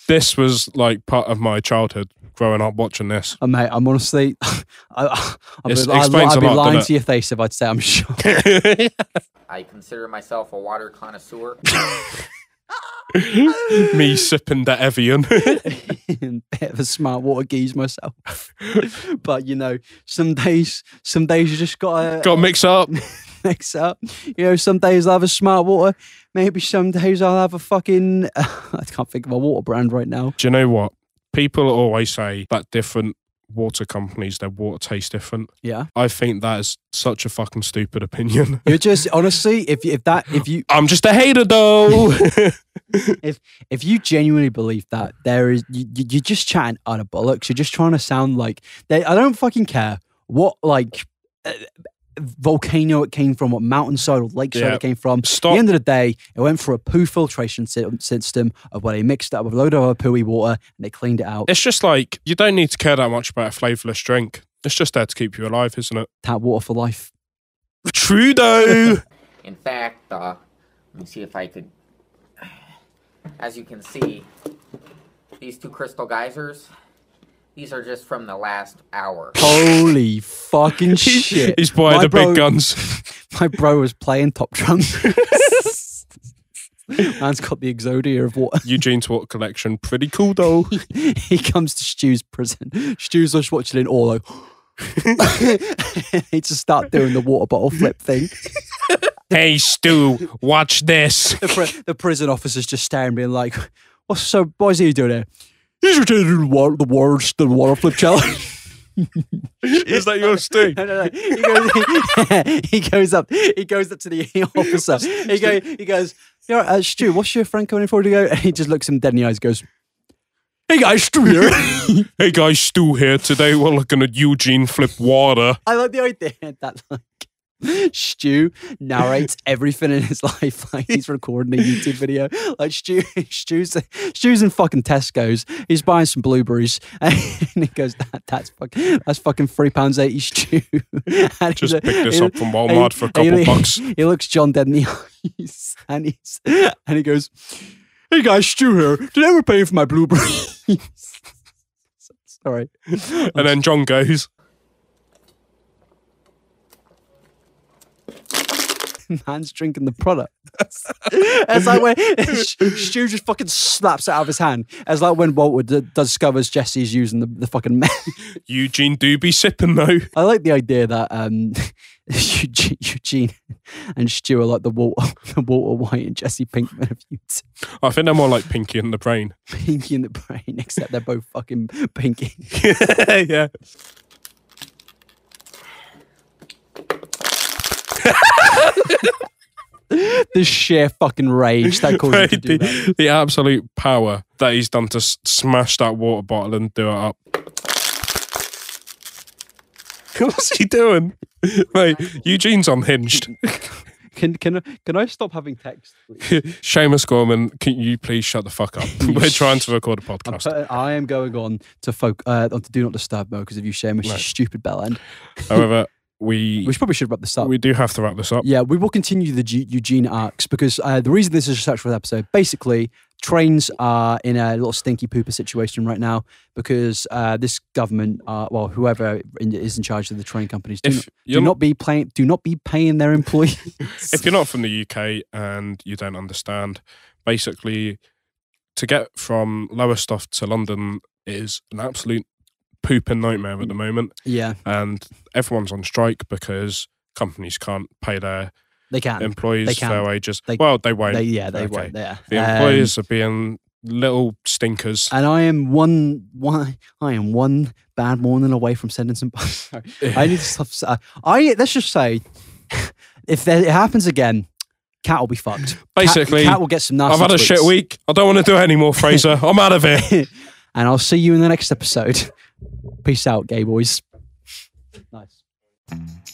B: this was like part of my childhood growing up watching this.
A: Oh, mate, I'm honestly, I, I, I'd
B: It's-
A: be, I'd,
B: explains
A: I'd
B: a
A: be
B: lot,
A: lying
B: doesn't
A: to your face if I'd say I'm sure.
E: I consider myself a water connoisseur.
B: Me sipping the Evian.
A: bit of a smart water geese myself. but you know, some days, some days you just gotta
B: Got mixed up.
A: mix up. You know, some days I'll have a smart water. Maybe some days I'll have a fucking. I can't think of a water brand right now.
B: Do you know what? People always say that different water companies, their water tastes different.
A: Yeah,
B: I think that is such a fucking stupid opinion.
A: you're just honestly, if you- if that if you
B: I'm just a hater though.
A: if if you genuinely believe that there is you, you- you're just chatting utter bollocks you're just trying to sound like they, i don't fucking care what like uh, volcano it came from what mountainside or lakeside
B: Yeah.
A: it came from at
B: Stop.
A: the end of the day it went through a poo filtration sy- system of where they mixed it up with a load of other pooey water and they cleaned it out
B: it's just like you don't need to care that much about a flavourless drink. It's just there to keep you alive, isn't it?
A: tap water for life
B: Trudeau.
E: In fact, uh, let me see if I could. As you can see, these two crystal geysers, these are just from the last hour.
A: holy fucking shit
B: He's by
A: My
B: the
A: bro-
B: big guns.
A: my bro was playing top drum man's got the exodia of water
B: Eugene's water collection, pretty cool though.
A: he comes to Stu's prison. Stu's just watching it all like he just start doing the water bottle flip thing.
B: hey Stu, watch this.
A: The, pri- the prison officer's just staring, being like, "What's so? What's he doing here? He's returning to the water, the water, the water flip challenge."
B: Is that your Stu?
A: No, no, no. He goes, he goes up. He goes up to the officer. He go, He goes. "You all right, uh, Stu, what's your friend coming in for to go? And he just looks him dead in the eyes. and Goes, "Hey guys, Stu here."
B: Hey guys, Stu here. Today we're looking at Eugene flip water.
A: I like the idea that like Stu narrates everything in his life like he's recording a YouTube video. Like Stu, Stu's, Stu's in fucking Tesco's. He's buying some blueberries, and he goes, that, "That's fucking, that's fucking three pounds eighty, Stu." And
B: Just
A: he's-
B: picked this
A: he-
B: up from Walmart for a couple
A: he,
B: bucks.
A: He looks John dead in the eyes, and he's and he goes, "Hey guys, Stu here. Today we're paying for my blueberries." Sorry.
B: And then John goes,
A: man's drinking the product. it's like when Stu just fucking slaps it out of his hand. It's like when Walter d- discovers Jesse's using the, the fucking. Me-
B: Eugene do be sipping though.
A: I like the idea that um, Eugene, Eugene and Stu are like the Walter, the Walter White and Jesse Pinkman of YouTube.
B: I think they're more like Pinky in the Brain.
A: Pinky in the brain, except they're both fucking pinky.
B: yeah.
A: the sheer fucking rage that caused him to do that.
B: the, the absolute power that he's done to s- smash that water bottle and do it up. What's he doing? Mate, Eugene's unhinged.
A: Can can can I stop having text? Please?
B: Seamus Gorman, can you please shut the fuck up? We're trying to record a
A: I'm
B: podcast.
A: put- I am going on to folk uh, on to do not disturb mode because of you, Seamus. You
B: Right.
A: stupid bell end.
B: However, we
A: We should- probably should wrap this up.
B: we do have to wrap this up.
A: Yeah, we will continue the G- Eugene arcs because uh, the reason this is a sexual episode, basically, trains are in a little stinky pooper situation right now because uh, this government, uh, well, whoever in, is in charge of the train companies, do,
B: If
A: not, do
B: you're
A: not be playing, do not be paying their employees.
B: if you're not from the UK and you don't understand, basically, to get from Lowestoft to London is an absolute pooping nightmare
A: Mm.
B: at the moment,
A: yeah,
B: and everyone's on strike because companies can't pay their
A: they can.
B: employees
A: They can't.
B: fair wages.
A: They-
B: well, they won't.
A: They, yeah, they
B: Okay.
A: won't. Yeah,
B: The
A: Um, Uh,
B: employees are being little stinkers.
A: and I am one, one, I am one bad morning away from sending some. Sorry. I need to stop. s- uh, I let's just say, if that, it happens again, cat will be fucked. Cat-
B: Basically,
A: cat, will get some nasty.
B: I've had a shit
A: tweets.
B: week. I don't want to do it anymore, Fraser. I'm out of here.
A: and I'll see you in the next episode. Peace out, gay boys. Nice.